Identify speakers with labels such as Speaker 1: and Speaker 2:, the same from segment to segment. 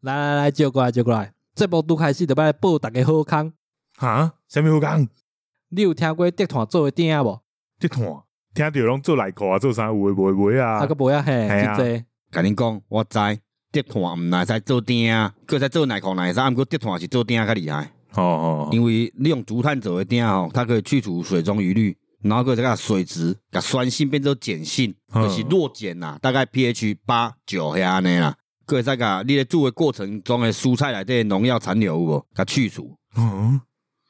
Speaker 1: 来来啊来，借过来借过来。节目拄开始就要来报大家好康。
Speaker 2: 哈，啥物好讲？
Speaker 1: 你有听过德团做的电影无？
Speaker 2: 这摊听着拢做内裤啊，做啥有诶无诶袂
Speaker 1: 啊
Speaker 2: 啊
Speaker 1: 个？无啊嘿，
Speaker 2: 嘿
Speaker 1: 真
Speaker 2: 啊
Speaker 1: 济。
Speaker 3: 甲恁讲，我知，跌团毋乃使做鼎，佮使做耐克耐使，啊毋过跌团是做鼎较厉害，
Speaker 2: 哦哦
Speaker 1: 嗯
Speaker 2: 哦
Speaker 3: 因为你用竹炭做的鼎啊吼，它可以去除水中余氯，然后佮再甲水质，甲酸性变做碱性，
Speaker 2: 嗯
Speaker 3: 就是弱碱啦，大概 pH 八九遐安尼啦。佮会使甲你咧煮的过程中的蔬菜内底的农药残留有无，甲去除。
Speaker 2: 嗯，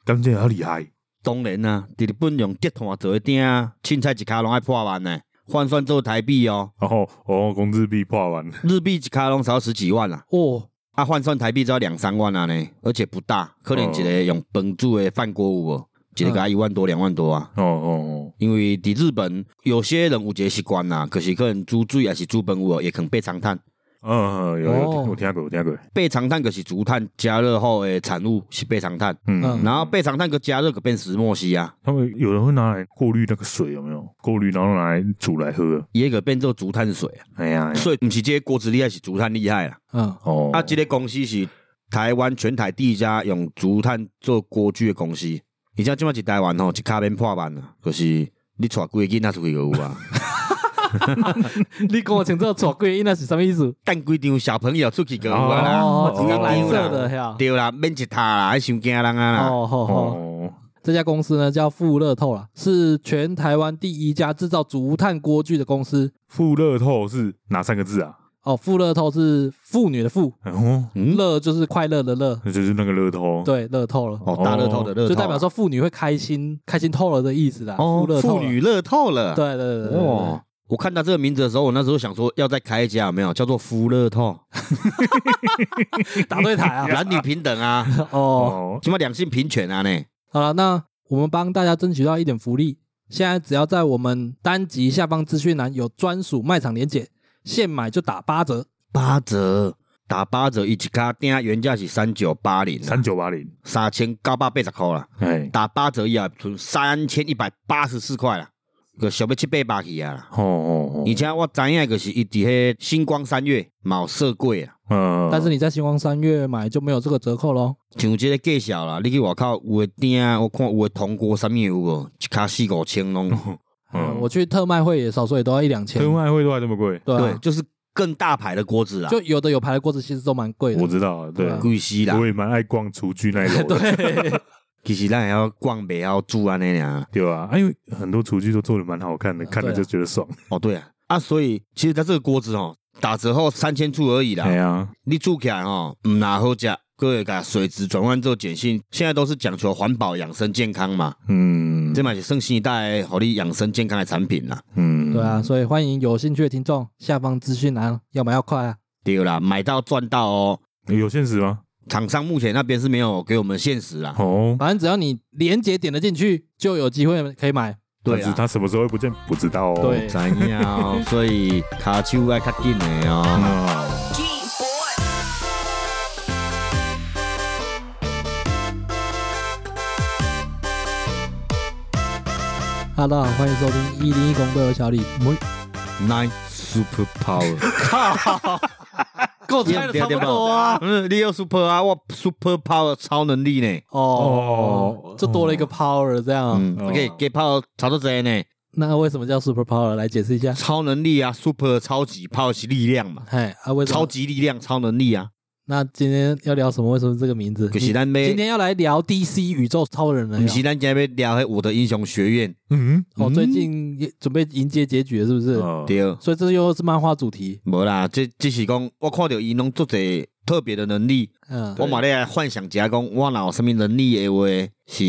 Speaker 2: 感觉好厉害。
Speaker 3: 当然啦、啊，伫日本用竹炭做的鼎，啊凊彩一卡拢爱破万呢，换算做台币哦，
Speaker 2: 然后哦，工资币破完，
Speaker 3: 日币一卡拢少十几万啦、
Speaker 1: 哦，
Speaker 3: 啊，换算台币只要两三万啊呢，而且不大，可能一个用本煮的饭锅有无？一个加一万多、两万多啊。
Speaker 2: 哦哦
Speaker 3: 因为伫日本，有些人有一个习惯啦，可、是可能煮水也是煮本有无，也可能备长炭。
Speaker 2: 哦，嗯，有有
Speaker 1: 哦
Speaker 2: 听有听过有听过，
Speaker 3: 备长炭就是竹炭加热后的产物是备长炭，
Speaker 1: 嗯
Speaker 2: 嗯，
Speaker 3: 然后备长炭个加热个变石墨烯啊，
Speaker 2: 他们有人会拿来过滤那个水，有没有？过滤然后拿来煮来喝。
Speaker 3: 也个变做竹炭水啊。
Speaker 2: 哎呀，哎呀
Speaker 3: 所以毋是这个锅子厉害，是竹炭厉害啦。
Speaker 1: 嗯，
Speaker 2: 哦，
Speaker 3: 啊，这个公司是台湾全台第一家用竹炭做锅具的公司。而且即摆是台湾吼，一卡面破万啊，就是你带几个囡仔出去就有 啊，
Speaker 1: 你讲我清楚错鬼， 那是什么意思？
Speaker 3: 干几张小朋友出去就有啊啦，
Speaker 1: 哦，
Speaker 2: 哦
Speaker 1: 只要蓝
Speaker 2: 蓝
Speaker 1: 色
Speaker 2: 色
Speaker 1: 的呀。
Speaker 3: 对啦，免一塔啦，还伤惊人啊啦，
Speaker 1: 哦吼吼，
Speaker 2: 哦，
Speaker 1: 这家公司呢叫富乐透啦，是全台湾第一家制造竹炭锅具的公司。
Speaker 2: 富乐透是哪三个字啊？
Speaker 1: 哦，富乐透是妇女的妇，
Speaker 2: 哦，
Speaker 3: 嗯，
Speaker 1: 乐就是快乐的乐，
Speaker 2: 那就是那个乐透。，
Speaker 1: 对，乐透了，
Speaker 3: 哦，大乐透的乐透啊，
Speaker 1: 就代表说妇女会开心，开心透了的意思啦。富乐
Speaker 3: 哦，
Speaker 1: 透了，
Speaker 3: 妇女乐透了，
Speaker 1: 对对对对对对
Speaker 3: 哦。我看到这个名字的时候，我那时候想说要再开一家，有没有叫做夫乐透，
Speaker 1: 对， 答对台啊。
Speaker 3: 男女平等啊，
Speaker 1: 哦，
Speaker 2: 哦，
Speaker 3: 什么两性平权啊呢？
Speaker 1: 好了，那我们帮大家争取到一点福利。现在只要在我们单集下方资讯栏有专属卖场连结，现买就打八折。
Speaker 3: 八折，打八折，伊一卡订原价是三九八零，啊
Speaker 2: 三九八零，
Speaker 3: 三千九百八十块啦，
Speaker 2: 哎，
Speaker 3: 打八折以后剩三千一百八十四块啦，个小要七八百去啊啦。
Speaker 2: 哦哦
Speaker 3: 而且我知影就是伊伫迄星光三月冇设柜啊，
Speaker 2: 哦，嗯，
Speaker 1: 但是你在星光三月买就没有这个折扣喽。
Speaker 3: 像即个介绍啦，你去外口有诶鼎，我看有诶铜锅啥物有无，一卡四五千拢有。
Speaker 2: 嗯
Speaker 1: 嗯，我去特卖会也少说也都要一两千
Speaker 2: 特。卖会都还这么贵，
Speaker 1: 对
Speaker 3: 对
Speaker 1: 啊，，
Speaker 3: 就是更大牌的锅子啦，
Speaker 1: 就有的有牌的锅子其实都蛮贵
Speaker 2: 我
Speaker 1: 的。
Speaker 2: 知道啊，对
Speaker 1: 对啊，
Speaker 3: 贵死啦
Speaker 2: 我。也蛮爱逛厨具那一楼的，
Speaker 1: 对，
Speaker 3: 其实咱会晓逛，袂晓煮安尼尔。
Speaker 2: 对吧？啊，因为很多厨具都做的蛮好
Speaker 1: 啊
Speaker 2: 看的，看了就觉得爽。
Speaker 3: 哦，对啊，啊，所以其实它这个锅子哦，打折后三千出而已
Speaker 1: 啊
Speaker 3: 啦。
Speaker 2: 哎呀，
Speaker 3: 你煮起来吼，唔拿好食，各会把水质转换做碱性，现在都是讲求环保、养生、健康嘛，
Speaker 2: 嗯，
Speaker 3: 这嘛是算新一代的，互你养生健康的产品啦。
Speaker 2: 嗯，
Speaker 1: 对啊，，所以欢迎有兴趣的听众，下方资讯栏要买要快啊。
Speaker 3: 对啦，买到赚到哦。
Speaker 2: 有限时吗？
Speaker 3: 厂商目前那边是没有给我们限时啦，
Speaker 2: 哦，
Speaker 1: 反正只要你连接点了进去，就有机会可以买。
Speaker 3: 对
Speaker 2: 但是
Speaker 3: 啊，
Speaker 2: 他什么时候会不见不知道哦。
Speaker 1: 对
Speaker 3: 知影 哦，所以骹手爱较紧的哦。
Speaker 2: 啊，
Speaker 1: 哈喽，欢迎收听一零一公的小李。
Speaker 3: Nine super power，
Speaker 1: 够
Speaker 3: 猜得差不多
Speaker 1: 啊。
Speaker 3: 嗯，你有 super 啊，我 super power 超能力呢，
Speaker 1: 哦
Speaker 2: 哦，
Speaker 1: 就多了一个 power 这样啊。
Speaker 3: 嗯，
Speaker 2: 哦
Speaker 3: 可以给 power 超多侪呢，
Speaker 1: 那为什么叫 super power？来解释一下。
Speaker 3: 超能力啊，super 超级 power 是力量嘛，
Speaker 1: 哎，啊，为什么？
Speaker 3: 超级力量、超能力啊，
Speaker 1: 那今天要聊什么？为什么这个名字？
Speaker 3: 就是咱
Speaker 1: 嗯今
Speaker 3: 要，
Speaker 1: 天要来聊 DC 宇宙超人了呀。
Speaker 3: 不是咱今天要聊迄我的英雄学院，
Speaker 2: 嗯，
Speaker 1: 哦，
Speaker 3: 嗯
Speaker 1: 最近也准备迎接结局了，是不是？
Speaker 2: 哦
Speaker 3: 对，
Speaker 1: 所以这又是漫画主题。
Speaker 3: 无啦，这只是讲我看到伊拢做者特别的能力，
Speaker 1: 嗯，
Speaker 3: 我嘛咧幻想一下讲，我若有啥物能力的话，是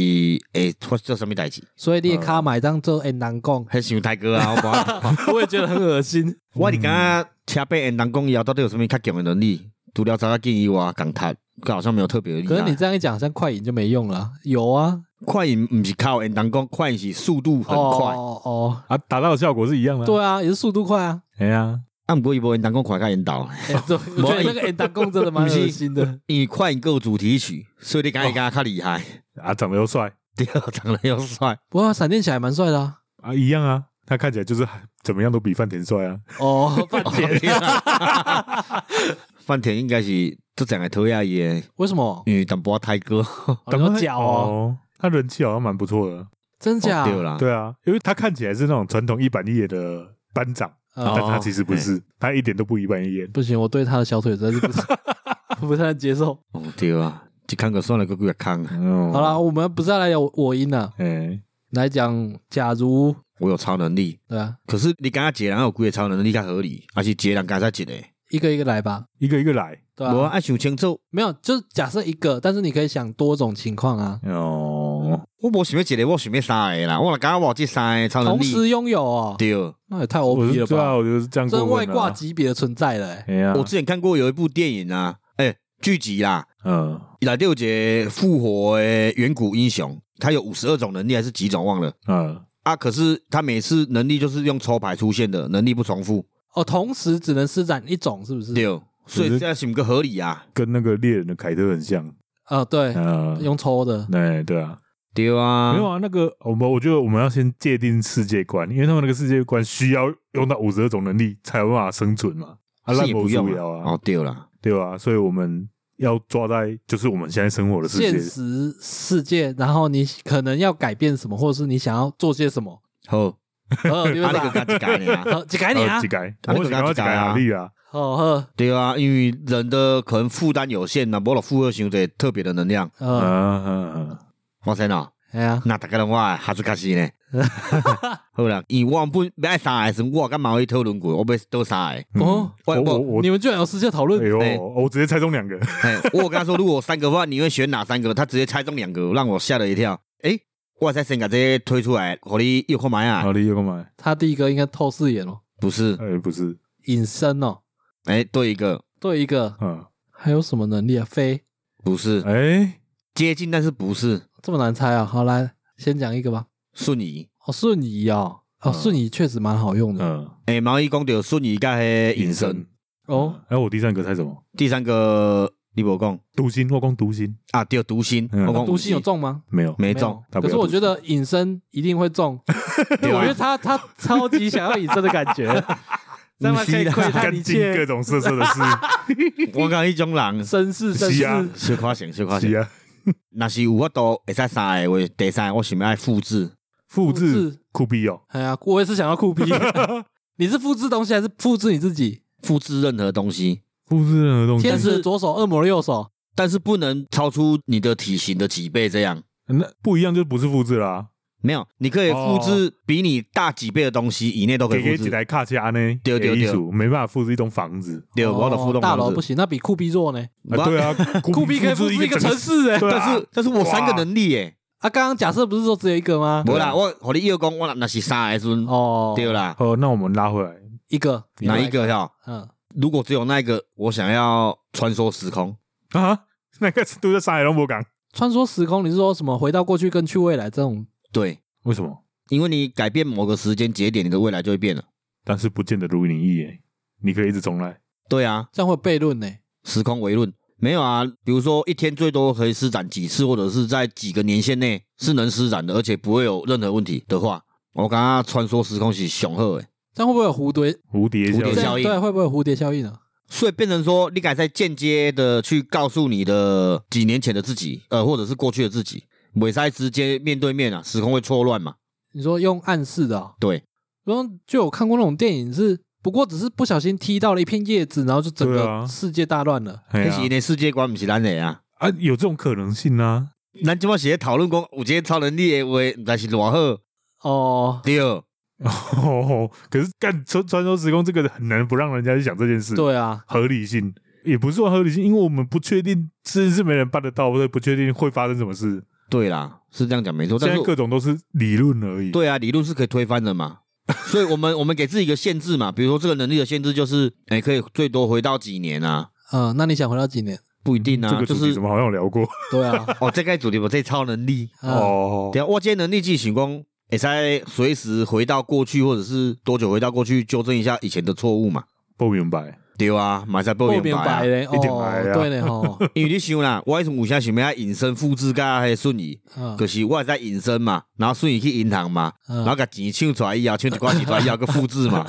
Speaker 3: 会发生啥物代志，，
Speaker 1: 所以你的卡买当做很哎难讲
Speaker 3: 迄想太哥啊，我无法度
Speaker 1: 嗯 我也觉得很恶心。
Speaker 3: 我是感觉车被人人讲以后到底有啥物较强的能力，除了查到建议我讲他，佮好像没有特别的厉
Speaker 1: 可是你
Speaker 3: 害。
Speaker 1: 这样一讲，好像快影就没用了。有啊，
Speaker 3: 快影毋是靠人人讲，快影是速度很快，
Speaker 1: 哦哦，
Speaker 2: 啊，达到的效果是一样的。
Speaker 1: 对，啊，也是速度快啊。
Speaker 2: 哎呀，
Speaker 3: 啊，毋过伊无人人讲快较引导。
Speaker 1: 哎对， 我觉得那个 N 打工真的蛮恶心 的。
Speaker 3: 因为快歌有主题曲，所以你
Speaker 1: 哦
Speaker 3: 感觉他较厉害。
Speaker 2: 啊，长得又帅
Speaker 3: 对，长得又帅，
Speaker 1: 不过闪电侠也蛮帅的啊。
Speaker 2: 啊，一样啊，他看起来就是怎么样都比范田帅啊。
Speaker 1: 哦，饭店
Speaker 3: 饭啊田应该是这整个讨厌伊的，
Speaker 1: 为什么？
Speaker 3: 因为淡薄仔太哥，
Speaker 1: 哦、有脚哦，
Speaker 2: 哦，他人气好像蛮不错的。
Speaker 1: 真假？
Speaker 3: 哦对啦，
Speaker 2: 对啊，因为他看起来是那种传统一板一眼的班长，
Speaker 1: 呃
Speaker 2: 但他其实不是，他一点都不一板一眼。
Speaker 1: 不行，我对他的小腿真是不是 不太能接受。
Speaker 3: 哦对啊，一空就算了，个几个空。
Speaker 1: 好
Speaker 3: 好
Speaker 1: 啦，，
Speaker 2: 嗯
Speaker 1: 我们不是要来聊我音了，
Speaker 2: 哎，
Speaker 1: 来讲，假如
Speaker 3: 我有超能力，
Speaker 1: 对啊，
Speaker 3: 可是你感觉一个人有几个超能力较合理，还是一个人干才一个？
Speaker 1: 一个一个来吧，
Speaker 2: 一个一个来。
Speaker 1: 对
Speaker 3: 无
Speaker 1: 啊，
Speaker 3: 爱想清楚。
Speaker 1: 没有，就是假设一个，但是你可以想多种情况啊，
Speaker 3: 哦，我无想要一个，我想要三个啦。我若感觉我有这三个超能
Speaker 1: 同
Speaker 3: 力，
Speaker 1: 时拥有哦，
Speaker 3: 对。
Speaker 1: 那也太
Speaker 2: 我
Speaker 1: OP
Speaker 2: 是
Speaker 1: 了
Speaker 2: 对啊，
Speaker 1: 吧？
Speaker 2: 我就是这样过
Speaker 1: 真外
Speaker 2: 问
Speaker 1: 挂
Speaker 2: 啊。
Speaker 1: 级别的存在了、欸，
Speaker 2: 哎呀，
Speaker 3: 我之前看过有一部电影啊，哎、剧集啦，
Speaker 2: 嗯，
Speaker 3: 来有一个复活的远古英雄，他有五十二种能力还是几种忘了
Speaker 2: 嗯，
Speaker 3: 啊？可是他每次能力就是用抽牌出现的，能力不重复，
Speaker 1: 哦，同时只能施展一种，是不是？
Speaker 2: 啊
Speaker 3: 对，所以这样是不是合理啊？
Speaker 2: 跟那个猎人的凯特很像。
Speaker 1: 啊、对，
Speaker 2: 嗯，
Speaker 1: 用抽的，
Speaker 2: 哎，对啊，
Speaker 3: 对啊，
Speaker 2: 没有啊，那个我们我觉得我们要先界定世界观，因为他们那个世界观需要用到五十二种能力才有办法生存嘛，啊，
Speaker 3: 是
Speaker 2: 烂
Speaker 3: 也
Speaker 2: 魔
Speaker 3: 不
Speaker 2: 术
Speaker 3: 用
Speaker 2: 要
Speaker 3: 啊。
Speaker 2: 啊
Speaker 3: 哦，，对啦，
Speaker 2: 对吧、所以我们要抓在就是我们现在生活的世
Speaker 1: 现
Speaker 2: 界，
Speaker 1: 实世界，然后你可能要改变什么，或者是你想要做些什 么，
Speaker 3: 好，啊，
Speaker 1: 呃，你
Speaker 3: 你
Speaker 1: 们
Speaker 3: 个
Speaker 1: 啥？
Speaker 3: 敢一改 呢？
Speaker 1: 好，就改你啊
Speaker 2: 呃几！改，
Speaker 3: 啊那
Speaker 2: 我
Speaker 3: 个
Speaker 2: 想要
Speaker 3: 要
Speaker 2: 几
Speaker 3: 几
Speaker 2: 改
Speaker 3: 改啊
Speaker 2: 啊，力啊，
Speaker 1: 好呵，
Speaker 3: 对啊，因为人的可能负担有限呐，无了负荷伤侪特别的能量。
Speaker 2: 啊
Speaker 1: 呃，
Speaker 2: 啊啊，
Speaker 3: 我先啊，
Speaker 1: 哎呀，
Speaker 3: 那大家拢我还是开始呢。 好啦，因为我原本要爱三个的时候，我跟毛去讨论过，我要倒三个。
Speaker 2: 嗯
Speaker 1: 哦
Speaker 2: 我我我，
Speaker 1: 你们居然有私下讨
Speaker 2: 哎
Speaker 1: 论，
Speaker 2: 呦，
Speaker 3: 哎
Speaker 2: 我直接猜中两个，
Speaker 3: 哎，我有跟他说，如果我三个的话，你会选哪三个？他直接猜中两个，让我吓了一跳。哎，我才先把这些推出来，给你又看买啊？
Speaker 2: 好力有个买，
Speaker 1: 他第一个应该透视眼哦，
Speaker 3: 不是，
Speaker 2: 哎，不是，
Speaker 1: 隐身哦，
Speaker 3: 哎，对一个，
Speaker 1: 对一个，
Speaker 2: 嗯，
Speaker 1: 还有什么能力啊？飞
Speaker 3: 不是，
Speaker 2: 哎，
Speaker 3: 接近但是不是
Speaker 1: 这么难猜啊？好，来先讲一个吧。
Speaker 3: 瞬移。
Speaker 1: 哦，瞬移哦，哦，
Speaker 2: 嗯
Speaker 1: 瞬移确实蛮好用的
Speaker 2: 嗯，
Speaker 3: 哎，毛一讲到瞬移加黑隐身，，
Speaker 1: 哦。，
Speaker 2: 哎，我第三个猜什么？
Speaker 3: 第三个你无讲
Speaker 2: 读心，我光读心
Speaker 3: 啊？对，读心，
Speaker 2: 嗯
Speaker 3: 我讲
Speaker 1: 读心有中吗？
Speaker 2: 没有，
Speaker 3: 没
Speaker 1: 没
Speaker 3: 中
Speaker 1: 有，
Speaker 2: 他不
Speaker 1: 可
Speaker 2: 要
Speaker 1: 是我
Speaker 2: 读
Speaker 1: 觉得隐身一定会 中，因为
Speaker 2: 啊
Speaker 1: 我觉得他他超级想要隐身的感 觉，这样他可以窥探
Speaker 2: 啊干
Speaker 1: 一
Speaker 2: 净各
Speaker 1: 切，
Speaker 2: 种色色的 事，
Speaker 3: 我讲迄种人
Speaker 1: 绅士绅
Speaker 2: 是啊
Speaker 1: 士。
Speaker 3: 小夸型，小夸型
Speaker 2: 是。啊，
Speaker 3: 若是有法度会使三个话，第三个我想要爱复制，
Speaker 2: 复
Speaker 1: 复
Speaker 2: 制
Speaker 1: 制
Speaker 2: 酷毙哦，
Speaker 1: 哎呀，我也是想要酷 毙。你是复制东西还是复制你自己？
Speaker 3: 复制任何东西，
Speaker 2: 复制任何东西
Speaker 1: 天，使的左手，恶魔的右手。
Speaker 3: 但是不能超出你的体型的几倍这样。
Speaker 2: 那不一样就不是复制啦，
Speaker 3: 没有，你可以复制比你大几倍的东西以内都可
Speaker 2: 给
Speaker 3: 以
Speaker 2: 哦给几
Speaker 3: 复制。
Speaker 2: 台卡车呢，
Speaker 3: 对对
Speaker 2: 给
Speaker 3: 对
Speaker 2: 艺术没办法复制一栋房子，
Speaker 3: 对，我的
Speaker 1: 哦
Speaker 3: 互动
Speaker 1: 大楼
Speaker 3: 方
Speaker 1: 不
Speaker 3: 式。
Speaker 1: 行，那比酷毙弱呢。
Speaker 2: 啊对 啊，酷
Speaker 1: 酷毙可以复制一个城
Speaker 2: 整个，
Speaker 1: 市哎。
Speaker 2: 对啊
Speaker 3: 但是但是我三个能力耶，
Speaker 1: 啊，刚刚假设不是说只有一个吗？
Speaker 3: 无啦，我我的二公我那是三个孙，
Speaker 1: 哦，
Speaker 3: 对，啦，
Speaker 2: 哦，那我们拉回来，
Speaker 1: 一个
Speaker 3: 哪一？个呀？
Speaker 1: 嗯，
Speaker 3: 如果只有那一个，我想要穿梭时空，
Speaker 2: 啊，那个都在上海龙博港，
Speaker 1: 穿梭时空，你是说什么回到过去跟去未来这种？
Speaker 3: 对，
Speaker 2: 为什么？
Speaker 3: 因为你改变某个时间节点，你的未来就会变了。
Speaker 2: 但是不见得如你意耶，你可以一直重来，
Speaker 3: 对啊，
Speaker 1: 这样会悖论呢？
Speaker 3: 时空为论。没有啊，比如说一天最多可以施展几次，或者是在几个年限内是能施展的，而且不会有任何问题的话，我刚刚穿梭时空是雄厚诶，
Speaker 1: 这样会不会有蝴蝶
Speaker 2: 蝴蝶
Speaker 3: 蝴蝶
Speaker 2: 效应
Speaker 3: 效应
Speaker 1: 对，会不会有蝴蝶效应啊？
Speaker 3: 所以变成说你敢在间接的去告诉你的几年前的自己，呃，或者是过去的自己，尾塞直接面对面啊，时空会错乱嘛？
Speaker 1: 你说用暗示的、哦，
Speaker 3: 对，
Speaker 1: 然后就有看过那种电影是，不过只是不小心踢到了一片叶子，然后就整
Speaker 2: 对
Speaker 1: 个
Speaker 2: 啊
Speaker 1: 世界大乱了。
Speaker 2: 哎
Speaker 3: 那
Speaker 2: 呀
Speaker 3: 是因为世界观不是咱的啊，
Speaker 2: 啊，有这种可能性啊，
Speaker 3: 咱今晚是在讨论讲有这个超能力的话，但是偌好
Speaker 1: 哦，
Speaker 3: 对，
Speaker 2: 哦，可是干穿穿梭时空这个很难不让人家去想这件事，
Speaker 1: 对啊，
Speaker 2: 合理性也不是说合理性，因为我们不确定是是没人办得到，或者不确定会发生什么事。
Speaker 3: 对啦，是这样讲没错，
Speaker 2: 现在
Speaker 3: 但是
Speaker 2: 各种都是理论而已。，
Speaker 3: 对啊，理论是可以推翻 的嘛。所以我们我们给自己一个限制嘛，比如说这个能力的限制就是，哎、可以最多回到几年啊？
Speaker 1: 嗯、那你想回到几年？
Speaker 3: 不一定啊，
Speaker 2: 嗯这个
Speaker 3: 就
Speaker 2: 主题
Speaker 3: 是
Speaker 2: 怎么好像有聊过？
Speaker 1: 对啊，
Speaker 3: 哦，这该主题我这超能力，
Speaker 1: 嗯、
Speaker 2: 哦
Speaker 3: 等一下我这些能力即行功，也在随时回到过去，或者是多久回到过去纠正一下以前的错误嘛。
Speaker 2: 不明白。
Speaker 3: 对啊，买才不
Speaker 1: 后
Speaker 3: 明
Speaker 1: 面
Speaker 3: 白啊
Speaker 1: 白。嘞，
Speaker 2: 一点
Speaker 1: 哦
Speaker 2: 白啊
Speaker 1: 对嘞吼，
Speaker 3: 因为你想啦，我迄阵有啥想要隐身复制甲迄顺义，
Speaker 1: 嗯
Speaker 3: 就是我会使隐身嘛，然后顺义去银行嘛，
Speaker 1: 嗯
Speaker 3: 然后甲钱抢出来以后，抢一寡钱出来以后，佮复制嘛，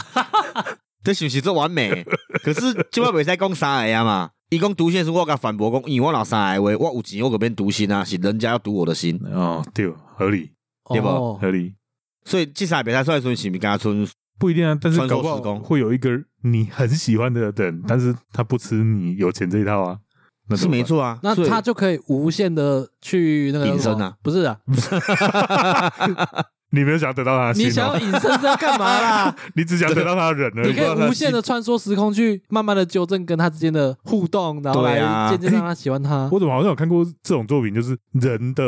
Speaker 3: 这是不是做完美的？可是即摆袂使讲三个啊嘛，伊讲读心是我甲反驳讲，因为我若三个话，我有钱我个免读心啊，是人家要读我的心，
Speaker 2: 哦，对，合理
Speaker 3: 对吧
Speaker 1: 哦
Speaker 2: 合理，
Speaker 3: 所以即三个袂使出来的时候是毋是甲剩
Speaker 2: 不一定啊，但是
Speaker 3: 传
Speaker 2: 搞
Speaker 3: 授
Speaker 2: 不
Speaker 3: 时
Speaker 2: 好
Speaker 3: 光
Speaker 2: 会有一个你很喜欢的人，但是他不吃你有钱这一套啊，那
Speaker 3: 是
Speaker 2: 怎么
Speaker 3: 没
Speaker 2: 办，
Speaker 3: 错啊，
Speaker 1: 那
Speaker 3: 所以
Speaker 1: 他就可以无限的去那个
Speaker 3: 隐
Speaker 1: 什
Speaker 3: 身
Speaker 1: 么
Speaker 3: 啊？
Speaker 1: 不是 啊，
Speaker 2: 你没有想得到他的心、哦，
Speaker 1: 你想要隐身是要干嘛 啦？
Speaker 2: 你只想得到他的人而已，
Speaker 1: 你可
Speaker 2: 不知道他
Speaker 1: 以
Speaker 2: 的
Speaker 1: 无限的穿梭时空去慢慢的纠正跟他之间的互动，然后
Speaker 3: 对
Speaker 1: 来
Speaker 3: 啊
Speaker 1: 渐渐让他喜欢 他。
Speaker 2: 我怎么好像有看过这种作品？就是人的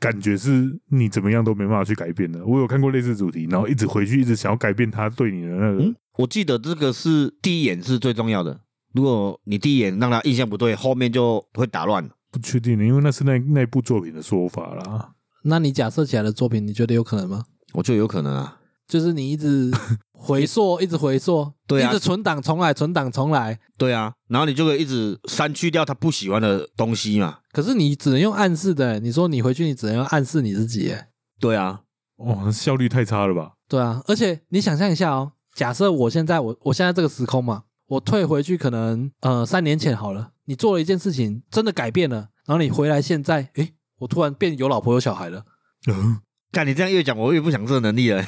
Speaker 2: 感觉是你怎么样都没办法去改变的。我有看过类似主题，然后一直回去，一直想要改变他对你的那个。
Speaker 3: 嗯，我记得这个是第一眼是最重要的。如果你第一眼让他印象不对，后面就会打乱。
Speaker 2: 不确定的，因为那是那那部作品的说法啦。
Speaker 1: 那你假设起来的作品，你觉得有可能吗？
Speaker 3: 我觉得有可能啊。
Speaker 1: 就是你一 直回溯，一直回溯，
Speaker 3: 对啊
Speaker 1: 一直存档重来，存档重来。
Speaker 3: 对啊，然后你就会一直删去掉他不喜欢的东西嘛。
Speaker 1: 可是你只能用暗示的欸，你说你回去，你只能用暗示你自己欸。
Speaker 3: 对啊，
Speaker 2: 哇，哦效率太差了吧？
Speaker 1: 对啊，而且你想象一下哦，假设我现在我我现在这个时空嘛，我退回去可能呃三年前好了，你做了一件事情真的改变了，然后你回来现在，诶，我突然变有老婆有小孩了。
Speaker 2: 嗯
Speaker 3: 看你这样越讲，我越不想这个能力 了。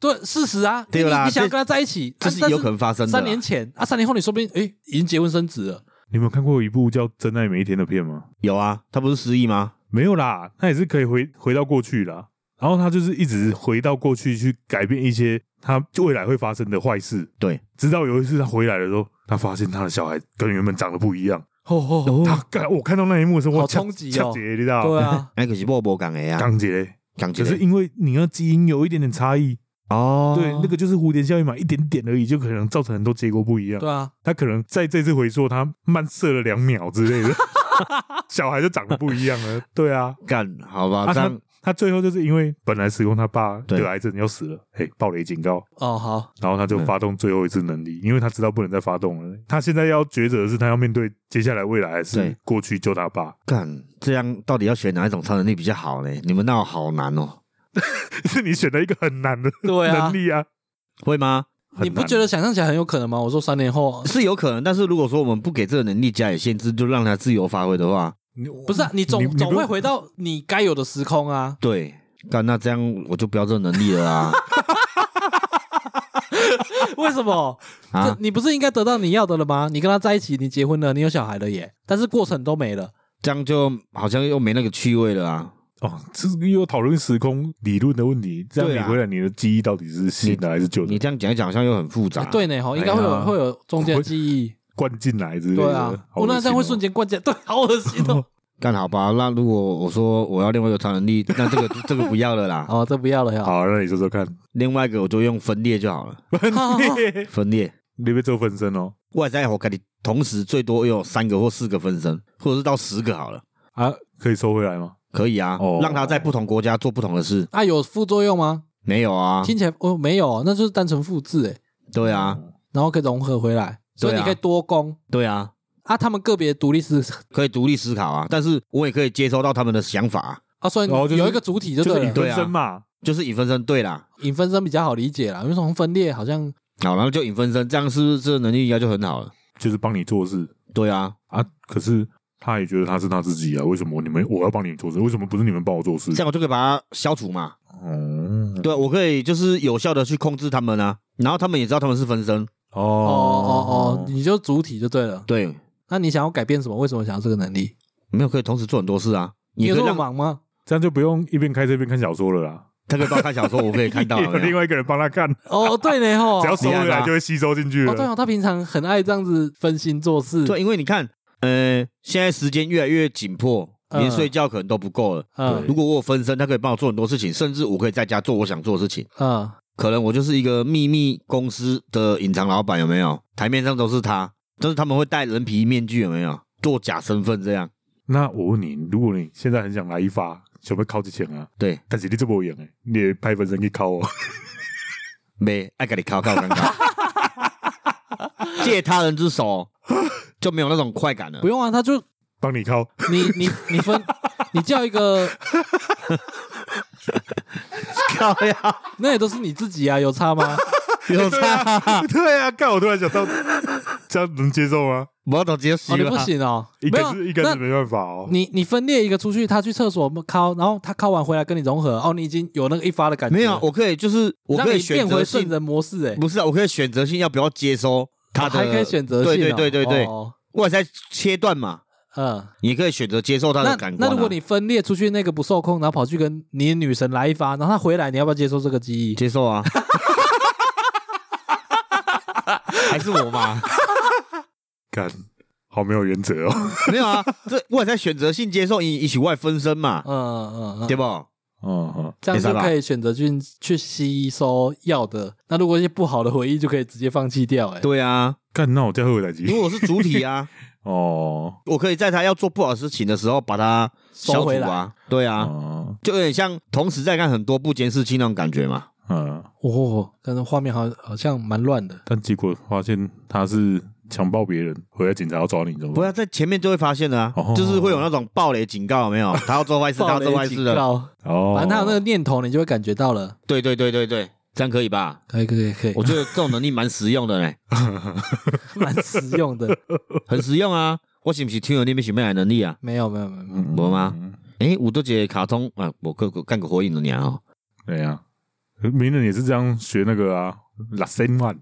Speaker 1: 对，事实啊，
Speaker 3: 对
Speaker 1: 你
Speaker 3: 啦
Speaker 1: 你想要
Speaker 3: 这
Speaker 1: 跟他在一起，
Speaker 3: 这
Speaker 1: 啊
Speaker 3: 是
Speaker 1: 但
Speaker 3: 有可能发生的啊
Speaker 1: 三年前啊，三年后你说不定诶已经结婚生子了。
Speaker 2: 你们有看过一部叫《真爱每一天》的片吗？
Speaker 3: 有啊，他不是失忆吗？
Speaker 2: 没有啦，他也是可以回回到过去啦。然后他就是一直回到过去去改变一些他未来会发生的坏事，
Speaker 3: 对，
Speaker 2: 直到有一次他回来的时候，他发现他的小孩跟原本长得不一样。
Speaker 1: 哦
Speaker 2: 他
Speaker 1: 哦
Speaker 2: 干，我看到那一幕的时候，我
Speaker 1: 好
Speaker 2: 呛
Speaker 1: 冲击
Speaker 2: 呛
Speaker 1: 哦
Speaker 2: 姐，你知
Speaker 1: 哦，
Speaker 2: 道吗？
Speaker 1: 对啊，
Speaker 3: 哎那可是我无讲的啊，
Speaker 2: 刚姐，
Speaker 3: 讲起
Speaker 2: 只
Speaker 3: 来
Speaker 2: 是因为你要基因有一点点差异，
Speaker 3: 哦，
Speaker 2: 对，
Speaker 1: 啊
Speaker 2: 那个就是蝴蝶效应嘛，一点点而已，就可能造成很多结果不一样
Speaker 1: 对。啊，
Speaker 2: 他可能在这次回溯，他慢射了两秒之 类的，小孩就长得不一样了。对啊，
Speaker 3: 干好
Speaker 2: 啊
Speaker 3: 吧，这
Speaker 2: 他
Speaker 3: 样
Speaker 2: 他最后就是因为本来时空他爸
Speaker 3: 对
Speaker 2: 得癌症要死了，嘿，暴雷警告，
Speaker 1: 哦好，
Speaker 2: 然后他就
Speaker 3: 嗯
Speaker 2: 发动最后一次能力，因为他知道不能再发动了。他现在要抉择的是，他要面对接下来未来还是
Speaker 3: 对
Speaker 2: 过去救他爸？
Speaker 3: 干这样到底要选哪一种超能力比较好呢？你们那好难哦，
Speaker 2: 是你选了一个很难的
Speaker 1: 对啊
Speaker 2: 能，力啊，
Speaker 3: 会吗？
Speaker 2: 很
Speaker 1: 你不
Speaker 2: 难
Speaker 1: 觉得想象起来很有可能吗？我说三年后
Speaker 3: 是有可能，但是如果说我们不给这个能力加以限制，就让他自由发挥的话，
Speaker 1: 不是啊，你总
Speaker 2: 你你不
Speaker 1: 总会回到你该有的时空 啊。
Speaker 3: 对，干那这样我就不要这个能力了啊
Speaker 1: 为什么？这
Speaker 3: 啊！
Speaker 1: 你不是应该得到你要的了吗？你跟他在一起，你结婚了，你有小孩了耶，但是过程都没了。
Speaker 3: 这样就好像又没那个趣味了啊！
Speaker 2: 哦，这是又有讨论时空理论的问题。这样
Speaker 3: 对
Speaker 2: 你
Speaker 3: 啊
Speaker 2: 回来，你的记忆到底是新的还是旧的？
Speaker 3: 你这样讲一讲，好像又很复杂。
Speaker 1: 对呢，吼，应该会
Speaker 2: 哎
Speaker 1: 有
Speaker 2: 呀
Speaker 1: 会有中间的记忆。
Speaker 2: 灌进来之类的。
Speaker 1: 对啊，
Speaker 2: 好
Speaker 1: 我
Speaker 2: 恶心哦
Speaker 1: 那这样会瞬。间灌进来， 对，好恶心哦。
Speaker 3: 干好吧，那如果我说我要另外一个超能力， 那这个这个不要了啦。
Speaker 1: 哦，这不要了呀。
Speaker 2: 好，啊那你说说 看，
Speaker 3: 另外一个我就用分裂就好了，
Speaker 1: 好好好
Speaker 3: 分裂。
Speaker 2: 你被做分身哦
Speaker 3: 外在我跟你同时最多又有三个或四个分身，或者是到十个好了，
Speaker 2: 啊，可以收回来吗？
Speaker 3: 可以啊，
Speaker 2: 哦
Speaker 3: 让他在不同国家做不同的事。
Speaker 1: 啊，有副作用吗？
Speaker 3: 没有啊，
Speaker 1: 听起来哦，没有，那就是单纯复制哎，
Speaker 3: 对啊，
Speaker 2: 哦
Speaker 1: 然后可以融合回来，所以
Speaker 3: 对啊
Speaker 1: 你可以多攻
Speaker 3: 对啊，
Speaker 1: 啊。他们个别独立是
Speaker 3: 可以独立思考啊，但是我也可以接收到他们的想法、啊，
Speaker 1: 啊，所以
Speaker 2: 哦就是
Speaker 1: 有一个主体就
Speaker 2: 就是
Speaker 1: 对啊
Speaker 2: 你
Speaker 1: 了。
Speaker 2: 分身嘛，
Speaker 3: 就是影分身。对啦，
Speaker 1: 影分身比较好理解啦，因为从分裂好像
Speaker 3: 好，然后就影分身，这样是不是这个能力应该就很好了？
Speaker 2: 就是帮你做事
Speaker 3: 对啊，
Speaker 2: 啊。可是他也觉得他是他自己啊，为什么你们我要帮你做事？为什么不是你们帮我做事
Speaker 3: 这？样我就可以把它消除嘛。
Speaker 2: 哦
Speaker 3: 对，我可以就是有效的去控制他们啊，然后他们也知道他们是分身，
Speaker 1: 哦
Speaker 2: 哦
Speaker 1: 哦哦
Speaker 2: 哦，
Speaker 1: 你就主体就对了。
Speaker 3: 对，
Speaker 1: 那你想要改变什么？为什么想要这个能力？
Speaker 3: 没有可以同时做很多事啊，
Speaker 1: 你
Speaker 3: 也
Speaker 1: 有
Speaker 3: 可
Speaker 1: 这么
Speaker 3: 以让
Speaker 1: 忙吗？
Speaker 2: 这样就不用一边开车一边看小说了啦。
Speaker 3: 他可以帮我看小说，我可以看到
Speaker 2: 有
Speaker 3: 有没
Speaker 2: 另
Speaker 3: 有。
Speaker 2: 外一个人帮他看，
Speaker 1: 哦，对呢，吼，
Speaker 2: 只要收回
Speaker 3: 厉害
Speaker 2: 来
Speaker 3: 吧
Speaker 2: 就会吸收进去
Speaker 1: 哦，对
Speaker 2: 了。
Speaker 1: 哦，他平常很爱这样子分心做事，
Speaker 3: 对，因为你看，呃，现在时间越来越紧迫，
Speaker 1: 嗯
Speaker 3: 连睡觉可能都不够了。
Speaker 1: 嗯
Speaker 3: 如果我有分身，他可以帮我做很多事情，甚至我可以在家做我想做的事情。
Speaker 1: 嗯，
Speaker 3: 可能我就是一个秘密公司的隐藏老板，有没有？台面上都是他，但是他们会戴人皮面具，有没有？做假身份这样。
Speaker 2: 那我问你，如果你现在很想来一发，想要靠之前啊？
Speaker 3: 对，
Speaker 2: 但是你这么演诶，欸你也拍分身去靠哦。
Speaker 3: 没爱跟你靠靠尴尬。借他人之手就没有那种快感了
Speaker 1: 不。用啊，他就
Speaker 2: 帮你靠，
Speaker 1: 你你你分，你叫一个，
Speaker 3: 靠呀，
Speaker 1: 那也都是你自己啊，有差 吗？
Speaker 3: 有差、
Speaker 2: 对啊，干！我突然想到，这样能接受吗？
Speaker 3: 我都接受
Speaker 1: 哦，你
Speaker 3: 了。
Speaker 1: 不行哦，
Speaker 2: 啊一
Speaker 1: 没
Speaker 2: 开
Speaker 1: 有
Speaker 2: 始一开
Speaker 1: 那
Speaker 2: 始没办法哦，
Speaker 1: 你你分裂一个出去，他去厕所敲，然后他敲完回来跟你融合，哦，你已经有那个一发的感觉，
Speaker 3: 没有，，我可以就是我
Speaker 1: 让
Speaker 3: 可以
Speaker 1: 你
Speaker 3: 选
Speaker 1: 变
Speaker 3: 择
Speaker 1: 回顺
Speaker 3: 性，
Speaker 1: 人模式，哎，
Speaker 3: 不是啊，我可以选择性要不要接收他的，
Speaker 1: 还可以选择性哦，
Speaker 3: 对对对对对
Speaker 1: 哦
Speaker 3: 我也在切断嘛，
Speaker 1: 嗯，
Speaker 3: 你可以选择接受他
Speaker 1: 那
Speaker 3: 的感官啊、
Speaker 1: 那如果你分裂出去，那个不受控，然后跑去跟你的女神来一发，然后她回来，你要不要接受这个记忆？
Speaker 3: 接受 啊，还是我吧？
Speaker 2: 干，好没有原则哦。
Speaker 3: 没有啊，这我也在选择性接受，以以起外分身嘛，
Speaker 1: 嗯嗯嗯，
Speaker 3: 对不？
Speaker 2: 嗯嗯，
Speaker 1: 这样
Speaker 3: 没事
Speaker 1: 就
Speaker 3: 吧
Speaker 1: 可以选择去去吸收要的。那如果一些不好的回忆，就可以直接放弃掉、哎，
Speaker 3: 对啊，
Speaker 2: 干，那我再会有打击
Speaker 3: 因为我是主体 啊，
Speaker 2: 哦。
Speaker 3: 我可以在他要做不好的事情的时候把他消
Speaker 1: 收
Speaker 3: 除
Speaker 1: 回来。哦
Speaker 3: 啊，对啊，
Speaker 2: 嗯
Speaker 3: 就有点像同时在看很多部监视器那种感觉嘛。
Speaker 2: 嗯，
Speaker 1: 哦，可能画面好好像蛮乱的。
Speaker 2: 但结果发现他是强暴别人，回来警察要抓你，
Speaker 1: 哦
Speaker 2: 怎么
Speaker 3: 不
Speaker 2: 办？
Speaker 3: 要在前面就会发现的啊，
Speaker 2: 哦
Speaker 3: 就是会有那种暴雷警告，有没
Speaker 1: 哦
Speaker 3: 有？他要做坏事，他要做坏事的。
Speaker 1: 了，
Speaker 2: 哦，
Speaker 1: 反正他有那个念头，你就会感觉到了。
Speaker 3: 对对对对对，这样可以吧？
Speaker 1: 可以可以可以，
Speaker 3: 我觉得这种能力蛮实用的嘞，
Speaker 1: 蛮实用的。
Speaker 3: 很实用啊。我是不是听有那边什么样的能力啊？
Speaker 1: 没有没有没有没有，
Speaker 2: 嗯
Speaker 3: 没吗？诶，我都觉得卡通啊，我干过干过火影的娘哦。
Speaker 2: 对啊呀，名人也是这样学那个啊，拉森万